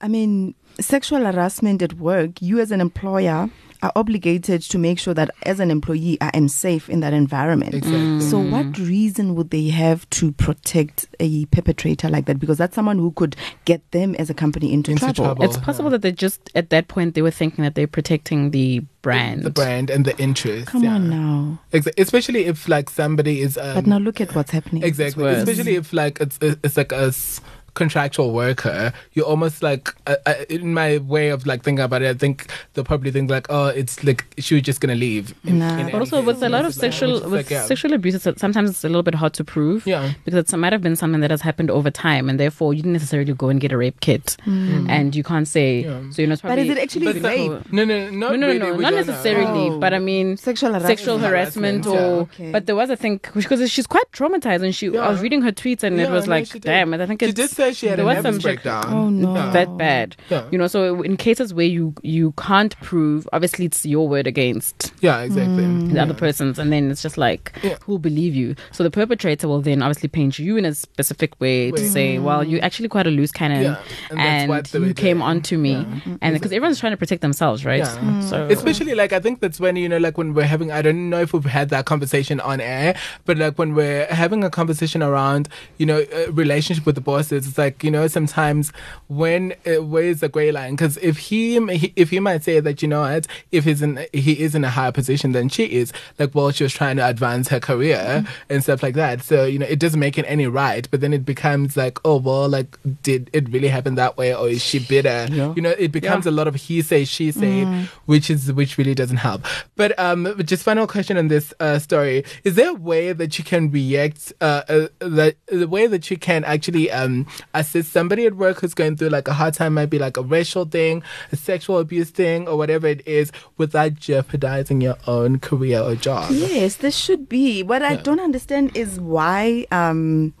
[SPEAKER 1] I mean, sexual harassment at work, you as an employer are obligated to make sure that as an employee I am safe in that environment.
[SPEAKER 3] Exactly.
[SPEAKER 1] So what reason would they have to protect a perpetrator like that? Because that's someone who could get them as a company into,
[SPEAKER 3] Into
[SPEAKER 1] trouble.
[SPEAKER 3] trouble.
[SPEAKER 2] It's possible that they just at that point they were thinking that they're protecting the brand.
[SPEAKER 3] the brand and the interest.
[SPEAKER 1] Come
[SPEAKER 3] yeah.
[SPEAKER 1] on now.
[SPEAKER 3] Exa- especially if like somebody is um,
[SPEAKER 1] But now look at what's happening.
[SPEAKER 3] exactly
[SPEAKER 2] worse.
[SPEAKER 3] especially if like it's it's like a s- contractual worker, you're almost like, uh, uh, in my way of like thinking about it, I think they'll probably think like, oh, it's like she was just gonna leave. in-
[SPEAKER 1] Nah. But
[SPEAKER 3] in
[SPEAKER 2] But
[SPEAKER 3] any
[SPEAKER 2] also,
[SPEAKER 3] case.
[SPEAKER 2] with a lot of
[SPEAKER 3] It's like-
[SPEAKER 2] sexual
[SPEAKER 3] it's
[SPEAKER 2] with
[SPEAKER 3] like, yeah.
[SPEAKER 2] sexual abuse, it's, sometimes it's a little bit hard to prove.
[SPEAKER 3] Yeah.
[SPEAKER 2] because it might have been something that has happened over time, and therefore you didn't necessarily go and get a rape kit, and you can't say.
[SPEAKER 3] Mm. Yeah.
[SPEAKER 2] So you know, it's
[SPEAKER 1] But is
[SPEAKER 2] probably-
[SPEAKER 1] it actually
[SPEAKER 2] But
[SPEAKER 1] rape?
[SPEAKER 2] No,
[SPEAKER 3] No, no, no,
[SPEAKER 2] no, no,
[SPEAKER 3] really,
[SPEAKER 2] no
[SPEAKER 3] we
[SPEAKER 2] not
[SPEAKER 3] don't know.
[SPEAKER 2] necessarily.
[SPEAKER 1] Oh.
[SPEAKER 2] But I mean,
[SPEAKER 1] Sexual harassment.
[SPEAKER 2] sexual harassment,
[SPEAKER 3] Harassment,
[SPEAKER 2] or.
[SPEAKER 1] yeah. Okay.
[SPEAKER 2] But there was a thing because she's quite traumatized, and she. I was
[SPEAKER 3] Yeah.
[SPEAKER 2] reading her tweets, and it
[SPEAKER 3] Yeah,
[SPEAKER 2] was
[SPEAKER 3] no,
[SPEAKER 2] like,
[SPEAKER 3] she did.
[SPEAKER 2] damn, and I think
[SPEAKER 3] She
[SPEAKER 2] it's
[SPEAKER 3] did say she had
[SPEAKER 2] there
[SPEAKER 3] a
[SPEAKER 2] was some
[SPEAKER 3] nervous
[SPEAKER 2] check-
[SPEAKER 3] breakdown.
[SPEAKER 1] Oh, no.
[SPEAKER 3] Yeah.
[SPEAKER 2] that bad.
[SPEAKER 3] Yeah.
[SPEAKER 2] You know, so in cases where you you can't prove, obviously it's your word against
[SPEAKER 3] Yeah, exactly.
[SPEAKER 2] Mm, the
[SPEAKER 3] Yeah.
[SPEAKER 2] other person's and then it's just like
[SPEAKER 3] Mm. Yeah.
[SPEAKER 2] who'll believe you so the perpetrator will then obviously paint you in a specific way to
[SPEAKER 3] Way.
[SPEAKER 2] say well you're actually quite a loose cannon
[SPEAKER 3] Mm. Yeah, and that's
[SPEAKER 2] and,
[SPEAKER 3] why it's the way
[SPEAKER 2] you
[SPEAKER 3] they
[SPEAKER 2] came
[SPEAKER 3] are.
[SPEAKER 2] onto me
[SPEAKER 1] Mm-hmm.
[SPEAKER 3] Yeah.
[SPEAKER 2] and because everyone's trying to protect themselves right
[SPEAKER 3] Yeah. Mm.
[SPEAKER 2] so
[SPEAKER 3] Especially like I think that's when you know like when we're having I don't know if we've had that conversation on air, but like when we're having a conversation around you know a relationship with the bosses, it's like you know sometimes when uh, where's the gray line? Because if he, he if he might say that you know what if he's in he is in a higher position than she is, like well she was trying to advance her career and stuff like that. So you know it doesn't make it any right, but then it becomes like oh well like did it really happen that way or is she bitter?
[SPEAKER 1] Yeah. Mm.
[SPEAKER 3] You know it becomes
[SPEAKER 2] Yeah.
[SPEAKER 3] a lot of he say she say which is which really doesn't help but um but just final question on this uh story is there a way that you can react uh, uh that the way that you can actually um assist somebody at work who's going through like a hard time might be like a racial thing a sexual abuse thing or whatever it is without jeopardizing your own career or job
[SPEAKER 1] Yes, there should be. What I don't understand is why um,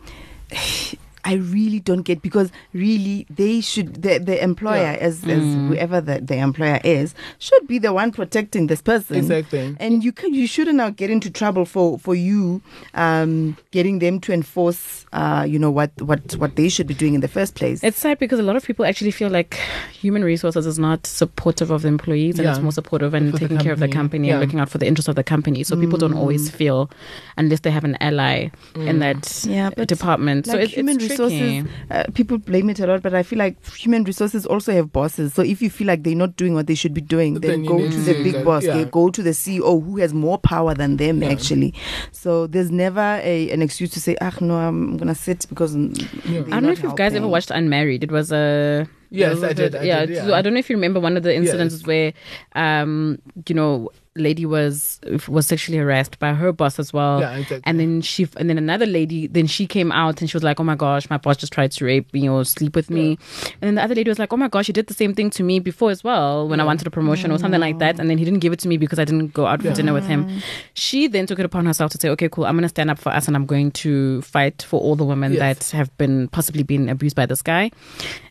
[SPEAKER 1] I really don't get because really they should the the employer
[SPEAKER 3] Yeah.
[SPEAKER 1] as as
[SPEAKER 2] Mm.
[SPEAKER 1] whoever the, the employer is should be the one protecting this person.
[SPEAKER 3] Exactly.
[SPEAKER 1] And you can you shouldn't now get into trouble for for you um, getting them to enforce uh, you know what what what they should be doing in the first place.
[SPEAKER 2] It's sad because a lot of people actually feel like human resources is not supportive of the employees and
[SPEAKER 3] Yeah.
[SPEAKER 2] it's more supportive and
[SPEAKER 3] For the
[SPEAKER 2] taking care of the company and
[SPEAKER 3] company. Yeah. Mm.
[SPEAKER 2] looking out for the interests of the company. So people don't always feel unless they have an ally in that
[SPEAKER 1] Yeah, but
[SPEAKER 2] department. so
[SPEAKER 1] like
[SPEAKER 2] it,
[SPEAKER 1] human
[SPEAKER 2] it's tricky.
[SPEAKER 1] resources, uh, people blame it a lot, but I feel like human resources also have bosses. So if you feel like they're not doing what they should be doing,
[SPEAKER 3] Then
[SPEAKER 1] then,
[SPEAKER 3] you
[SPEAKER 1] go
[SPEAKER 3] need
[SPEAKER 1] to
[SPEAKER 3] to
[SPEAKER 1] the big
[SPEAKER 3] go-
[SPEAKER 1] boss.
[SPEAKER 3] yeah.
[SPEAKER 1] They go to the CEO who has more power than them
[SPEAKER 3] Yeah.
[SPEAKER 1] actually. So there's never a, an excuse to say, "Ah, no, I'm gonna sit because."
[SPEAKER 3] I
[SPEAKER 2] I don't know if you guys ever watched Unmarried. It was a it
[SPEAKER 3] Yes,
[SPEAKER 2] was
[SPEAKER 3] I did, I
[SPEAKER 2] yeah,
[SPEAKER 3] did,
[SPEAKER 2] so
[SPEAKER 3] yeah.
[SPEAKER 2] I don't know if you remember one of the incidents where, um, you know, lady was was sexually harassed by her boss as well.
[SPEAKER 3] Yeah, exactly.
[SPEAKER 2] And then she and then another lady. Then she came out and she was like, "Oh my gosh, my boss just tried to rape me or sleep with me." And then the other lady was like, "Oh my gosh, he did the same thing to me before as well when I wanted a promotion or something like that." And then he didn't give it to me because I didn't go out for
[SPEAKER 3] Mm. Yeah. Mm.
[SPEAKER 2] dinner with him. She then took it upon herself to say, "Okay, cool, I'm gonna stand up for us and I'm going to fight for all the women
[SPEAKER 3] Yes.
[SPEAKER 2] that have been possibly been abused by this guy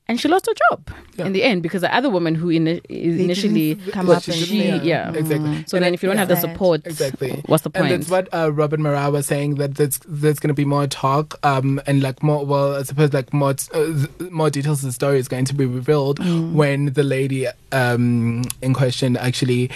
[SPEAKER 2] and she lost her job
[SPEAKER 3] Yeah.
[SPEAKER 2] in the end because the other woman who in, initially
[SPEAKER 1] come
[SPEAKER 3] Well,
[SPEAKER 1] up
[SPEAKER 3] she
[SPEAKER 1] and- Mm.
[SPEAKER 3] didn't-
[SPEAKER 2] she yeah
[SPEAKER 3] exactly
[SPEAKER 2] so
[SPEAKER 3] And
[SPEAKER 2] then
[SPEAKER 3] I-
[SPEAKER 2] if you don't have the
[SPEAKER 3] yeah.
[SPEAKER 1] Sad.
[SPEAKER 2] support
[SPEAKER 3] Exactly.
[SPEAKER 2] what's the point
[SPEAKER 3] And that's what uh, Robin Moreau was saying that there's, there's going to be more talk um, and like more, well, I suppose like more, uh, th- more details of the story is going to be revealed
[SPEAKER 1] Mm.
[SPEAKER 3] when the lady um, in question actually.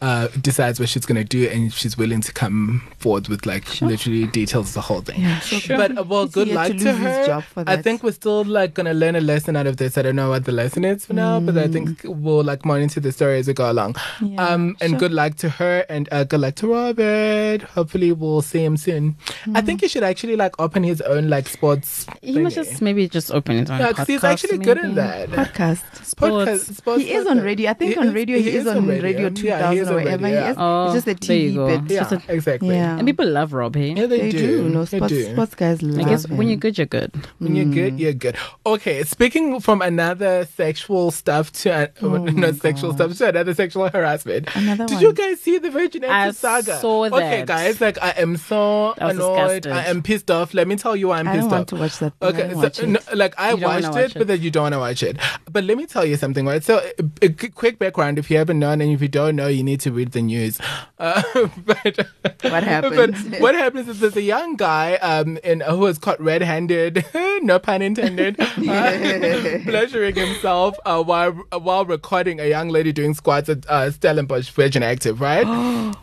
[SPEAKER 3] Uh, decides what she's going to do and she's willing to come forward with like literally details of the whole thing
[SPEAKER 2] Sure.
[SPEAKER 3] but uh, well
[SPEAKER 1] It's
[SPEAKER 3] good
[SPEAKER 1] yet
[SPEAKER 3] luck
[SPEAKER 1] to
[SPEAKER 3] to,
[SPEAKER 1] lose his
[SPEAKER 3] her
[SPEAKER 1] job for
[SPEAKER 3] i
[SPEAKER 1] that.
[SPEAKER 3] think we're still like gonna learn a lesson out of this i don't know what the lesson is for now but i think
[SPEAKER 1] Mm.
[SPEAKER 3] we'll like monitor the story as we go along um and good luck to her and uh, good luck to robert hopefully we'll see him soon i
[SPEAKER 1] Mm.
[SPEAKER 3] think he should actually like open his own like sports
[SPEAKER 2] he must
[SPEAKER 3] thingy.
[SPEAKER 2] just maybe just open it on
[SPEAKER 3] yeah, 'cause he's actually good in that
[SPEAKER 1] podcast.
[SPEAKER 2] sports.
[SPEAKER 3] sports
[SPEAKER 1] He is on
[SPEAKER 3] podcast.
[SPEAKER 1] radio. I think
[SPEAKER 3] He
[SPEAKER 1] on
[SPEAKER 3] is-
[SPEAKER 1] radio he, is, on radio,
[SPEAKER 3] Yeah, he
[SPEAKER 1] 2000
[SPEAKER 3] is
[SPEAKER 1] or
[SPEAKER 3] on
[SPEAKER 1] whatever.
[SPEAKER 3] radio,
[SPEAKER 1] He is.
[SPEAKER 2] Oh,
[SPEAKER 1] it's just a
[SPEAKER 2] there you
[SPEAKER 1] TV
[SPEAKER 2] go.
[SPEAKER 1] bit.
[SPEAKER 2] It's
[SPEAKER 3] yeah,
[SPEAKER 2] just
[SPEAKER 3] yeah exactly
[SPEAKER 1] Yeah.
[SPEAKER 2] and people love rob hey
[SPEAKER 3] yeah, they,
[SPEAKER 1] They do. No, sports,
[SPEAKER 3] do.
[SPEAKER 1] sports guys love
[SPEAKER 2] i guess
[SPEAKER 1] him.
[SPEAKER 2] when you're good you're good
[SPEAKER 3] When you're
[SPEAKER 1] Mm.
[SPEAKER 3] good, you're good. Okay, speaking from another sexual stuff to uh, not sexual stuff to another sexual harassment.
[SPEAKER 1] Oh Another
[SPEAKER 3] Did
[SPEAKER 1] one.
[SPEAKER 3] you guys see the Virgin
[SPEAKER 2] I
[SPEAKER 3] Active saga?
[SPEAKER 2] saw
[SPEAKER 3] Okay,
[SPEAKER 2] that.
[SPEAKER 3] guys, like I am so
[SPEAKER 2] That was
[SPEAKER 3] annoyed.
[SPEAKER 2] disgusted.
[SPEAKER 3] I am pissed off. Let me tell you why I'm
[SPEAKER 1] I
[SPEAKER 3] pissed
[SPEAKER 1] don't want
[SPEAKER 3] off.
[SPEAKER 1] to watch that. thing. I
[SPEAKER 3] Okay,
[SPEAKER 1] don't
[SPEAKER 3] so,
[SPEAKER 1] watch it.
[SPEAKER 3] no, like I
[SPEAKER 2] You don't wanna
[SPEAKER 3] watched
[SPEAKER 2] watch
[SPEAKER 3] it,
[SPEAKER 2] it.
[SPEAKER 3] but then you don't want to watch it. But let me tell you something, right? So, a, a qu- quick background if you haven't known, and if you don't know, you need to read the news. Uh, but
[SPEAKER 1] What happened?
[SPEAKER 3] but what happens is there's a young guy um, in, who was caught red-handed, no pun intended, uh, pleasuring himself uh, while while recording a young lady doing squats at uh, Stellenbosch Virgin Active, right?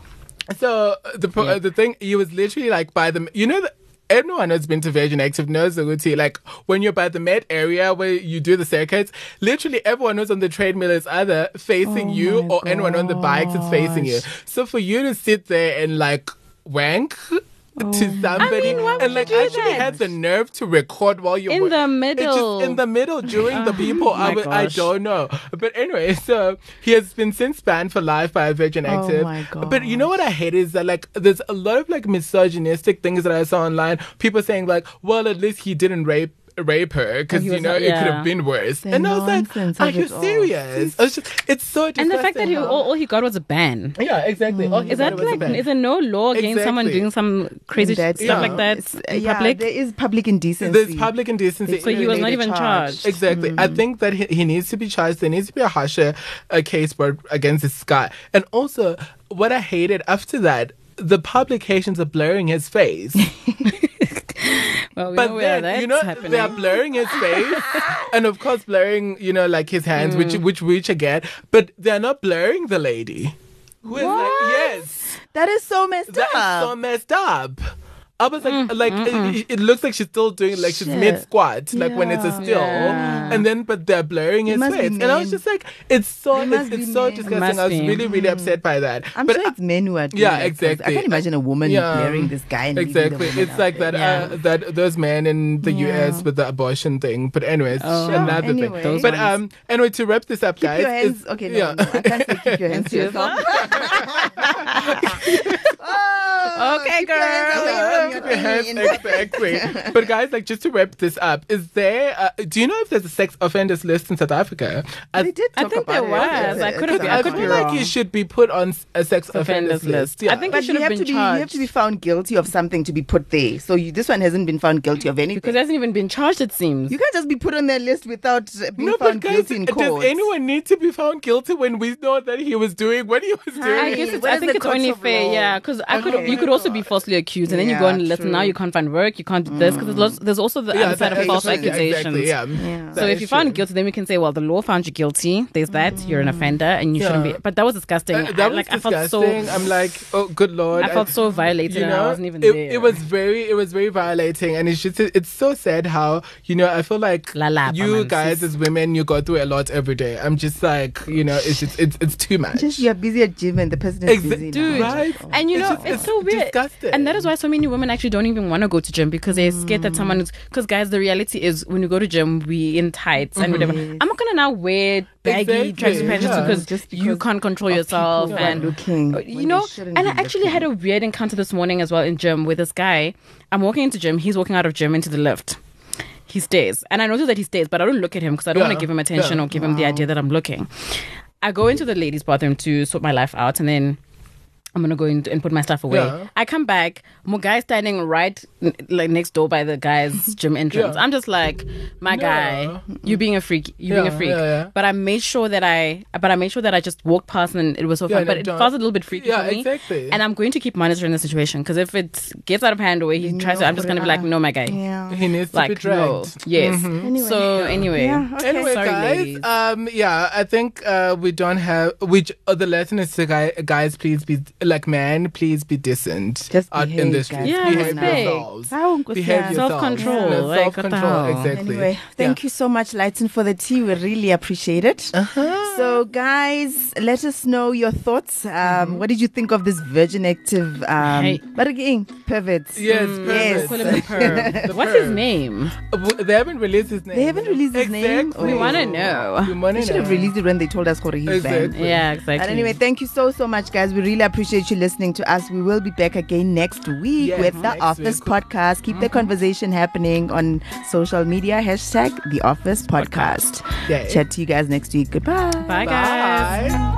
[SPEAKER 3] so uh, the pro- the thing he was literally like by the you know. The, Everyone who's been to Virgin Active knows the routine. Like when you're by the med area where you do the circuits, literally everyone who's on the treadmill is either facing
[SPEAKER 1] Oh
[SPEAKER 3] you
[SPEAKER 1] my
[SPEAKER 3] or anyone on the bikes is facing you. So for you to sit there and like wank
[SPEAKER 1] Oh.
[SPEAKER 3] to somebody,
[SPEAKER 2] mean, why would
[SPEAKER 3] and
[SPEAKER 2] you
[SPEAKER 3] like
[SPEAKER 2] do
[SPEAKER 3] actually
[SPEAKER 2] that?
[SPEAKER 3] had the nerve to record while you
[SPEAKER 2] In
[SPEAKER 3] were
[SPEAKER 2] the
[SPEAKER 3] It's just
[SPEAKER 2] middle.
[SPEAKER 3] in the middle during
[SPEAKER 1] Oh
[SPEAKER 3] the people. I
[SPEAKER 2] my
[SPEAKER 3] would- I
[SPEAKER 2] gosh.
[SPEAKER 3] don't know, but anyway, so he has been since banned for life by Virgin
[SPEAKER 1] Oh
[SPEAKER 3] Active.
[SPEAKER 1] my
[SPEAKER 3] But you know what I hate is that like there's a lot of like misogynistic things that I saw online. People saying like, well, at least he didn't rape. Rape her because
[SPEAKER 2] he
[SPEAKER 3] you
[SPEAKER 2] was
[SPEAKER 3] know
[SPEAKER 2] not-
[SPEAKER 3] it could have
[SPEAKER 2] yeah.
[SPEAKER 3] been worse,
[SPEAKER 1] The
[SPEAKER 3] and I was
[SPEAKER 1] nonsense
[SPEAKER 3] like,
[SPEAKER 1] of
[SPEAKER 3] "Are you
[SPEAKER 1] it all.
[SPEAKER 3] serious?" It's, just, it's so disgusting.
[SPEAKER 2] and the fact that he, all, all he got was a ban.
[SPEAKER 3] Yeah, exactly. Oh, he
[SPEAKER 2] Mm. Is
[SPEAKER 3] said
[SPEAKER 2] that
[SPEAKER 3] it was a
[SPEAKER 2] like
[SPEAKER 3] ban.
[SPEAKER 2] is there no law against someone
[SPEAKER 3] Exactly.
[SPEAKER 2] doing some crazy sh-
[SPEAKER 1] That's-
[SPEAKER 2] stuff
[SPEAKER 3] Yeah.
[SPEAKER 2] like that
[SPEAKER 1] It's-
[SPEAKER 2] in
[SPEAKER 1] yeah,
[SPEAKER 2] public?
[SPEAKER 1] there is public indecency.
[SPEAKER 3] There's public indecency.
[SPEAKER 2] So he was not
[SPEAKER 1] Related
[SPEAKER 2] even
[SPEAKER 1] charge.
[SPEAKER 2] charged.
[SPEAKER 3] Exactly.
[SPEAKER 2] Mm.
[SPEAKER 3] I think that he, he needs to be charged. There needs to be a harsher a case brought against this guy. And also, what I hated after that, the publications are blurring his face.
[SPEAKER 2] well, we
[SPEAKER 3] but
[SPEAKER 2] know where
[SPEAKER 3] then,
[SPEAKER 2] that's
[SPEAKER 3] you know,
[SPEAKER 2] happening.
[SPEAKER 3] they're blurring his face. and of course, blurring, you know, like his hands, which,
[SPEAKER 1] Mm.
[SPEAKER 3] which which again, But they're not blurring the lady. Who is like, yes,
[SPEAKER 1] That is so messed
[SPEAKER 3] that is
[SPEAKER 1] up.
[SPEAKER 3] so messed up. I was like, like it, it looks like she's still doing like she's
[SPEAKER 1] Mm, Shit.
[SPEAKER 3] mid squat, like when it's a
[SPEAKER 1] Yeah.
[SPEAKER 3] still,
[SPEAKER 2] Yeah.
[SPEAKER 3] and then but they're blurring his
[SPEAKER 1] must be
[SPEAKER 3] face, and I was
[SPEAKER 1] men.
[SPEAKER 3] just like, it's so
[SPEAKER 1] It
[SPEAKER 3] it's,
[SPEAKER 1] must be
[SPEAKER 3] it's so
[SPEAKER 1] men. It
[SPEAKER 3] disgusting.
[SPEAKER 2] must
[SPEAKER 3] I was
[SPEAKER 2] be.
[SPEAKER 3] really really upset by that.
[SPEAKER 1] I'm
[SPEAKER 3] but
[SPEAKER 1] sure it's men who are doing
[SPEAKER 3] Yeah,
[SPEAKER 1] it, 'cause I
[SPEAKER 3] exactly.
[SPEAKER 1] can't imagine a woman
[SPEAKER 3] Yeah.
[SPEAKER 1] marrying this guy and leaving the
[SPEAKER 3] exactly,
[SPEAKER 1] woman
[SPEAKER 3] it's
[SPEAKER 1] out
[SPEAKER 3] like
[SPEAKER 1] there.
[SPEAKER 3] that uh, that those men in the
[SPEAKER 1] Yeah.
[SPEAKER 3] US with the abortion thing. But anyways,
[SPEAKER 2] Oh. Sure,
[SPEAKER 3] another
[SPEAKER 1] anyway.
[SPEAKER 3] thing.
[SPEAKER 1] Those
[SPEAKER 3] But
[SPEAKER 2] ones.
[SPEAKER 3] um, anyway, to wrap this up,
[SPEAKER 1] Keep
[SPEAKER 3] guys.
[SPEAKER 1] your hands.
[SPEAKER 3] is-
[SPEAKER 1] Okay, no, no, I can't say keep your hands to yourself. oh,
[SPEAKER 2] Okay,
[SPEAKER 1] keep your hands away
[SPEAKER 2] girl.
[SPEAKER 1] from
[SPEAKER 3] Keep
[SPEAKER 1] your
[SPEAKER 3] your hands
[SPEAKER 1] tummy.
[SPEAKER 3] exactly. but guys, like just to wrap this up, is there? Uh, do you know if there's a sex offenders list in South Africa? I,
[SPEAKER 1] They did
[SPEAKER 2] I
[SPEAKER 1] talk
[SPEAKER 2] think
[SPEAKER 1] about
[SPEAKER 2] there
[SPEAKER 1] it.
[SPEAKER 2] was. I
[SPEAKER 1] It's
[SPEAKER 2] could have-
[SPEAKER 1] on
[SPEAKER 2] I could
[SPEAKER 1] our-
[SPEAKER 2] be
[SPEAKER 3] feel like
[SPEAKER 2] wrong.
[SPEAKER 3] you should be put on s- a sex
[SPEAKER 2] Offenders
[SPEAKER 3] offenders list.
[SPEAKER 2] list.
[SPEAKER 3] Yeah.
[SPEAKER 2] I think-
[SPEAKER 1] But
[SPEAKER 2] should
[SPEAKER 1] you
[SPEAKER 2] have
[SPEAKER 1] have
[SPEAKER 2] been
[SPEAKER 1] to be you have to be
[SPEAKER 2] charged.
[SPEAKER 1] found guilty of something to be put there. So you, this one hasn't been found guilty of anything.
[SPEAKER 2] because it hasn't even been charged. It seems.
[SPEAKER 1] you can't just be put on that list without uh, being
[SPEAKER 3] no, but
[SPEAKER 1] found
[SPEAKER 3] guys,
[SPEAKER 1] guilty in
[SPEAKER 3] does
[SPEAKER 1] court.
[SPEAKER 3] anyone need to be found guilty when we know that he was doing what he was doing?
[SPEAKER 2] I guess it's,
[SPEAKER 1] What
[SPEAKER 2] I
[SPEAKER 1] is
[SPEAKER 2] think
[SPEAKER 1] the
[SPEAKER 2] it's only
[SPEAKER 1] court of
[SPEAKER 2] fair,
[SPEAKER 1] law?
[SPEAKER 2] yeah. Because I could,
[SPEAKER 3] Okay.
[SPEAKER 2] you could also be falsely accused, and then you go
[SPEAKER 1] Yeah,
[SPEAKER 2] on the list, and now
[SPEAKER 1] true.
[SPEAKER 2] you can't find work, you can't do this, because there's, lots- there's also the
[SPEAKER 3] Yeah,
[SPEAKER 2] other side
[SPEAKER 3] that-
[SPEAKER 2] of false
[SPEAKER 3] exactly,
[SPEAKER 2] accusations.
[SPEAKER 3] Exactly, yeah.
[SPEAKER 1] Yeah.
[SPEAKER 2] So
[SPEAKER 3] That
[SPEAKER 2] if
[SPEAKER 3] is
[SPEAKER 2] you found
[SPEAKER 3] true.
[SPEAKER 2] guilty, then we can say, well, the law found you guilty. There's that. You're an offender, and you shouldn't
[SPEAKER 3] Yeah.
[SPEAKER 2] be. But that was disgusting.
[SPEAKER 3] Uh, that
[SPEAKER 2] I,
[SPEAKER 3] was
[SPEAKER 2] like I felt
[SPEAKER 3] disgusting.
[SPEAKER 2] so.
[SPEAKER 3] I'm like, oh, good lord.
[SPEAKER 2] I felt so violated, and I wasn't even
[SPEAKER 3] it,
[SPEAKER 2] there.
[SPEAKER 3] it was very, it was very violating, and it's just, it's so sad how you know. I feel like
[SPEAKER 2] La la,
[SPEAKER 3] you
[SPEAKER 2] Paman,
[SPEAKER 3] guys
[SPEAKER 2] sis.
[SPEAKER 3] as women, you go through a lot every day. I'm just like, you know, it's just, it's, it's too much.
[SPEAKER 1] Just you're busy at gym and the person is
[SPEAKER 3] Exa-
[SPEAKER 1] busy.
[SPEAKER 2] Dude,
[SPEAKER 1] now.
[SPEAKER 3] Right?
[SPEAKER 2] And you
[SPEAKER 3] It's
[SPEAKER 2] know,
[SPEAKER 3] just-
[SPEAKER 2] it's,
[SPEAKER 3] it's
[SPEAKER 2] so weird.
[SPEAKER 3] disgusting.
[SPEAKER 2] And that is why so many women actually don't even want to go to gym because they're scared that someone is. Because, guys, the reality is when you go to gym, we in tights and whatever. I'm not going to now wear baggy
[SPEAKER 3] Exactly,
[SPEAKER 2] tracksuit pants
[SPEAKER 3] yeah.
[SPEAKER 2] just,
[SPEAKER 1] Just
[SPEAKER 2] because you
[SPEAKER 1] because
[SPEAKER 2] can't control yourself.
[SPEAKER 1] people are
[SPEAKER 2] And
[SPEAKER 1] looking
[SPEAKER 2] Uh,
[SPEAKER 1] when they
[SPEAKER 2] You know,
[SPEAKER 1] shouldn't
[SPEAKER 2] and I
[SPEAKER 1] be
[SPEAKER 2] actually had a weird encounter this morning as well in gym with this guy. I'm walking into gym, he's walking out of gym into the lift. He stays. And I notice that he stays, but I don't look at him because I don't
[SPEAKER 3] Yeah,
[SPEAKER 2] want to give him attention
[SPEAKER 3] yeah.
[SPEAKER 2] or give him the idea that I'm looking. I go into the ladies' bathroom to sort my life out and then I'm gonna go in and put my stuff away.
[SPEAKER 3] Yeah.
[SPEAKER 2] I come back, my guy standing right n- like next door by the guy's gym entrance.
[SPEAKER 3] Yeah.
[SPEAKER 2] I'm just like, my
[SPEAKER 3] No.
[SPEAKER 2] guy, you being a freak, you being
[SPEAKER 3] Yeah,
[SPEAKER 2] a freak.
[SPEAKER 3] yeah, yeah.
[SPEAKER 2] But I made sure that I, but I made sure that I just walked past and it was so
[SPEAKER 3] Yeah,
[SPEAKER 2] fun.
[SPEAKER 3] no,
[SPEAKER 2] but it
[SPEAKER 3] don't-
[SPEAKER 2] felt a little bit freaky
[SPEAKER 3] Yeah,
[SPEAKER 2] for me.
[SPEAKER 3] exactly.
[SPEAKER 2] And I'm going to keep monitoring the situation because if it gets out of hand or he tries to, I'm just gonna be like, no, my guy.
[SPEAKER 1] Yeah.
[SPEAKER 3] He needs
[SPEAKER 2] Like
[SPEAKER 3] to be dragged. Mm-hmm.
[SPEAKER 2] no, yes.
[SPEAKER 1] Anyway.
[SPEAKER 2] So anyway,
[SPEAKER 1] Yeah, okay.
[SPEAKER 3] Anyway,
[SPEAKER 2] Sorry,
[SPEAKER 3] guys.
[SPEAKER 2] ladies.
[SPEAKER 3] Um, yeah, I think uh, we don't have. Which uh, the lesson is to guy, guys, please be like man, please be decent.
[SPEAKER 1] Just
[SPEAKER 3] out in
[SPEAKER 1] behave,
[SPEAKER 3] the
[SPEAKER 1] guys.
[SPEAKER 3] streets.
[SPEAKER 2] Yeah,
[SPEAKER 3] behave
[SPEAKER 2] respect.
[SPEAKER 3] yourselves.
[SPEAKER 1] How-
[SPEAKER 3] Behave
[SPEAKER 1] yeah.
[SPEAKER 3] yourselves.
[SPEAKER 2] Self-control,
[SPEAKER 3] Yeah,
[SPEAKER 2] like, what the
[SPEAKER 3] self-control,
[SPEAKER 2] hell.
[SPEAKER 3] Exactly.
[SPEAKER 1] Anyway, thank you so much, Lighten, for the tea. We really appreciate it. So, guys, let us know your thoughts. Um, What did you think of this Virgin Active? Um,
[SPEAKER 2] Hey.
[SPEAKER 1] But again, perverts. Mm.
[SPEAKER 3] Yes,
[SPEAKER 1] yes.
[SPEAKER 3] yes.
[SPEAKER 2] Call him the perm.
[SPEAKER 3] The
[SPEAKER 2] What's
[SPEAKER 3] perm.
[SPEAKER 2] his name?
[SPEAKER 3] They haven't released his name.
[SPEAKER 1] They haven't released his name?
[SPEAKER 3] Exactly.
[SPEAKER 2] We
[SPEAKER 1] Oh.
[SPEAKER 2] want to know.
[SPEAKER 3] We wanna
[SPEAKER 1] They should have
[SPEAKER 3] know.
[SPEAKER 1] released it when they told us Jorge he's
[SPEAKER 3] Exactly.
[SPEAKER 1] banned.
[SPEAKER 2] Yeah, exactly.
[SPEAKER 1] But anyway, thank you so so much, guys. We really appreciate you listening to us. We will be back again next week
[SPEAKER 3] Yes,
[SPEAKER 1] with the
[SPEAKER 3] next
[SPEAKER 1] Office
[SPEAKER 3] week. Mm-hmm.
[SPEAKER 1] Podcast. Keep the conversation happening on social media hashtag The Office Podcast.
[SPEAKER 3] Yay.
[SPEAKER 1] Chat to you guys next week. Goodbye.
[SPEAKER 2] Bye, guys.
[SPEAKER 3] Bye.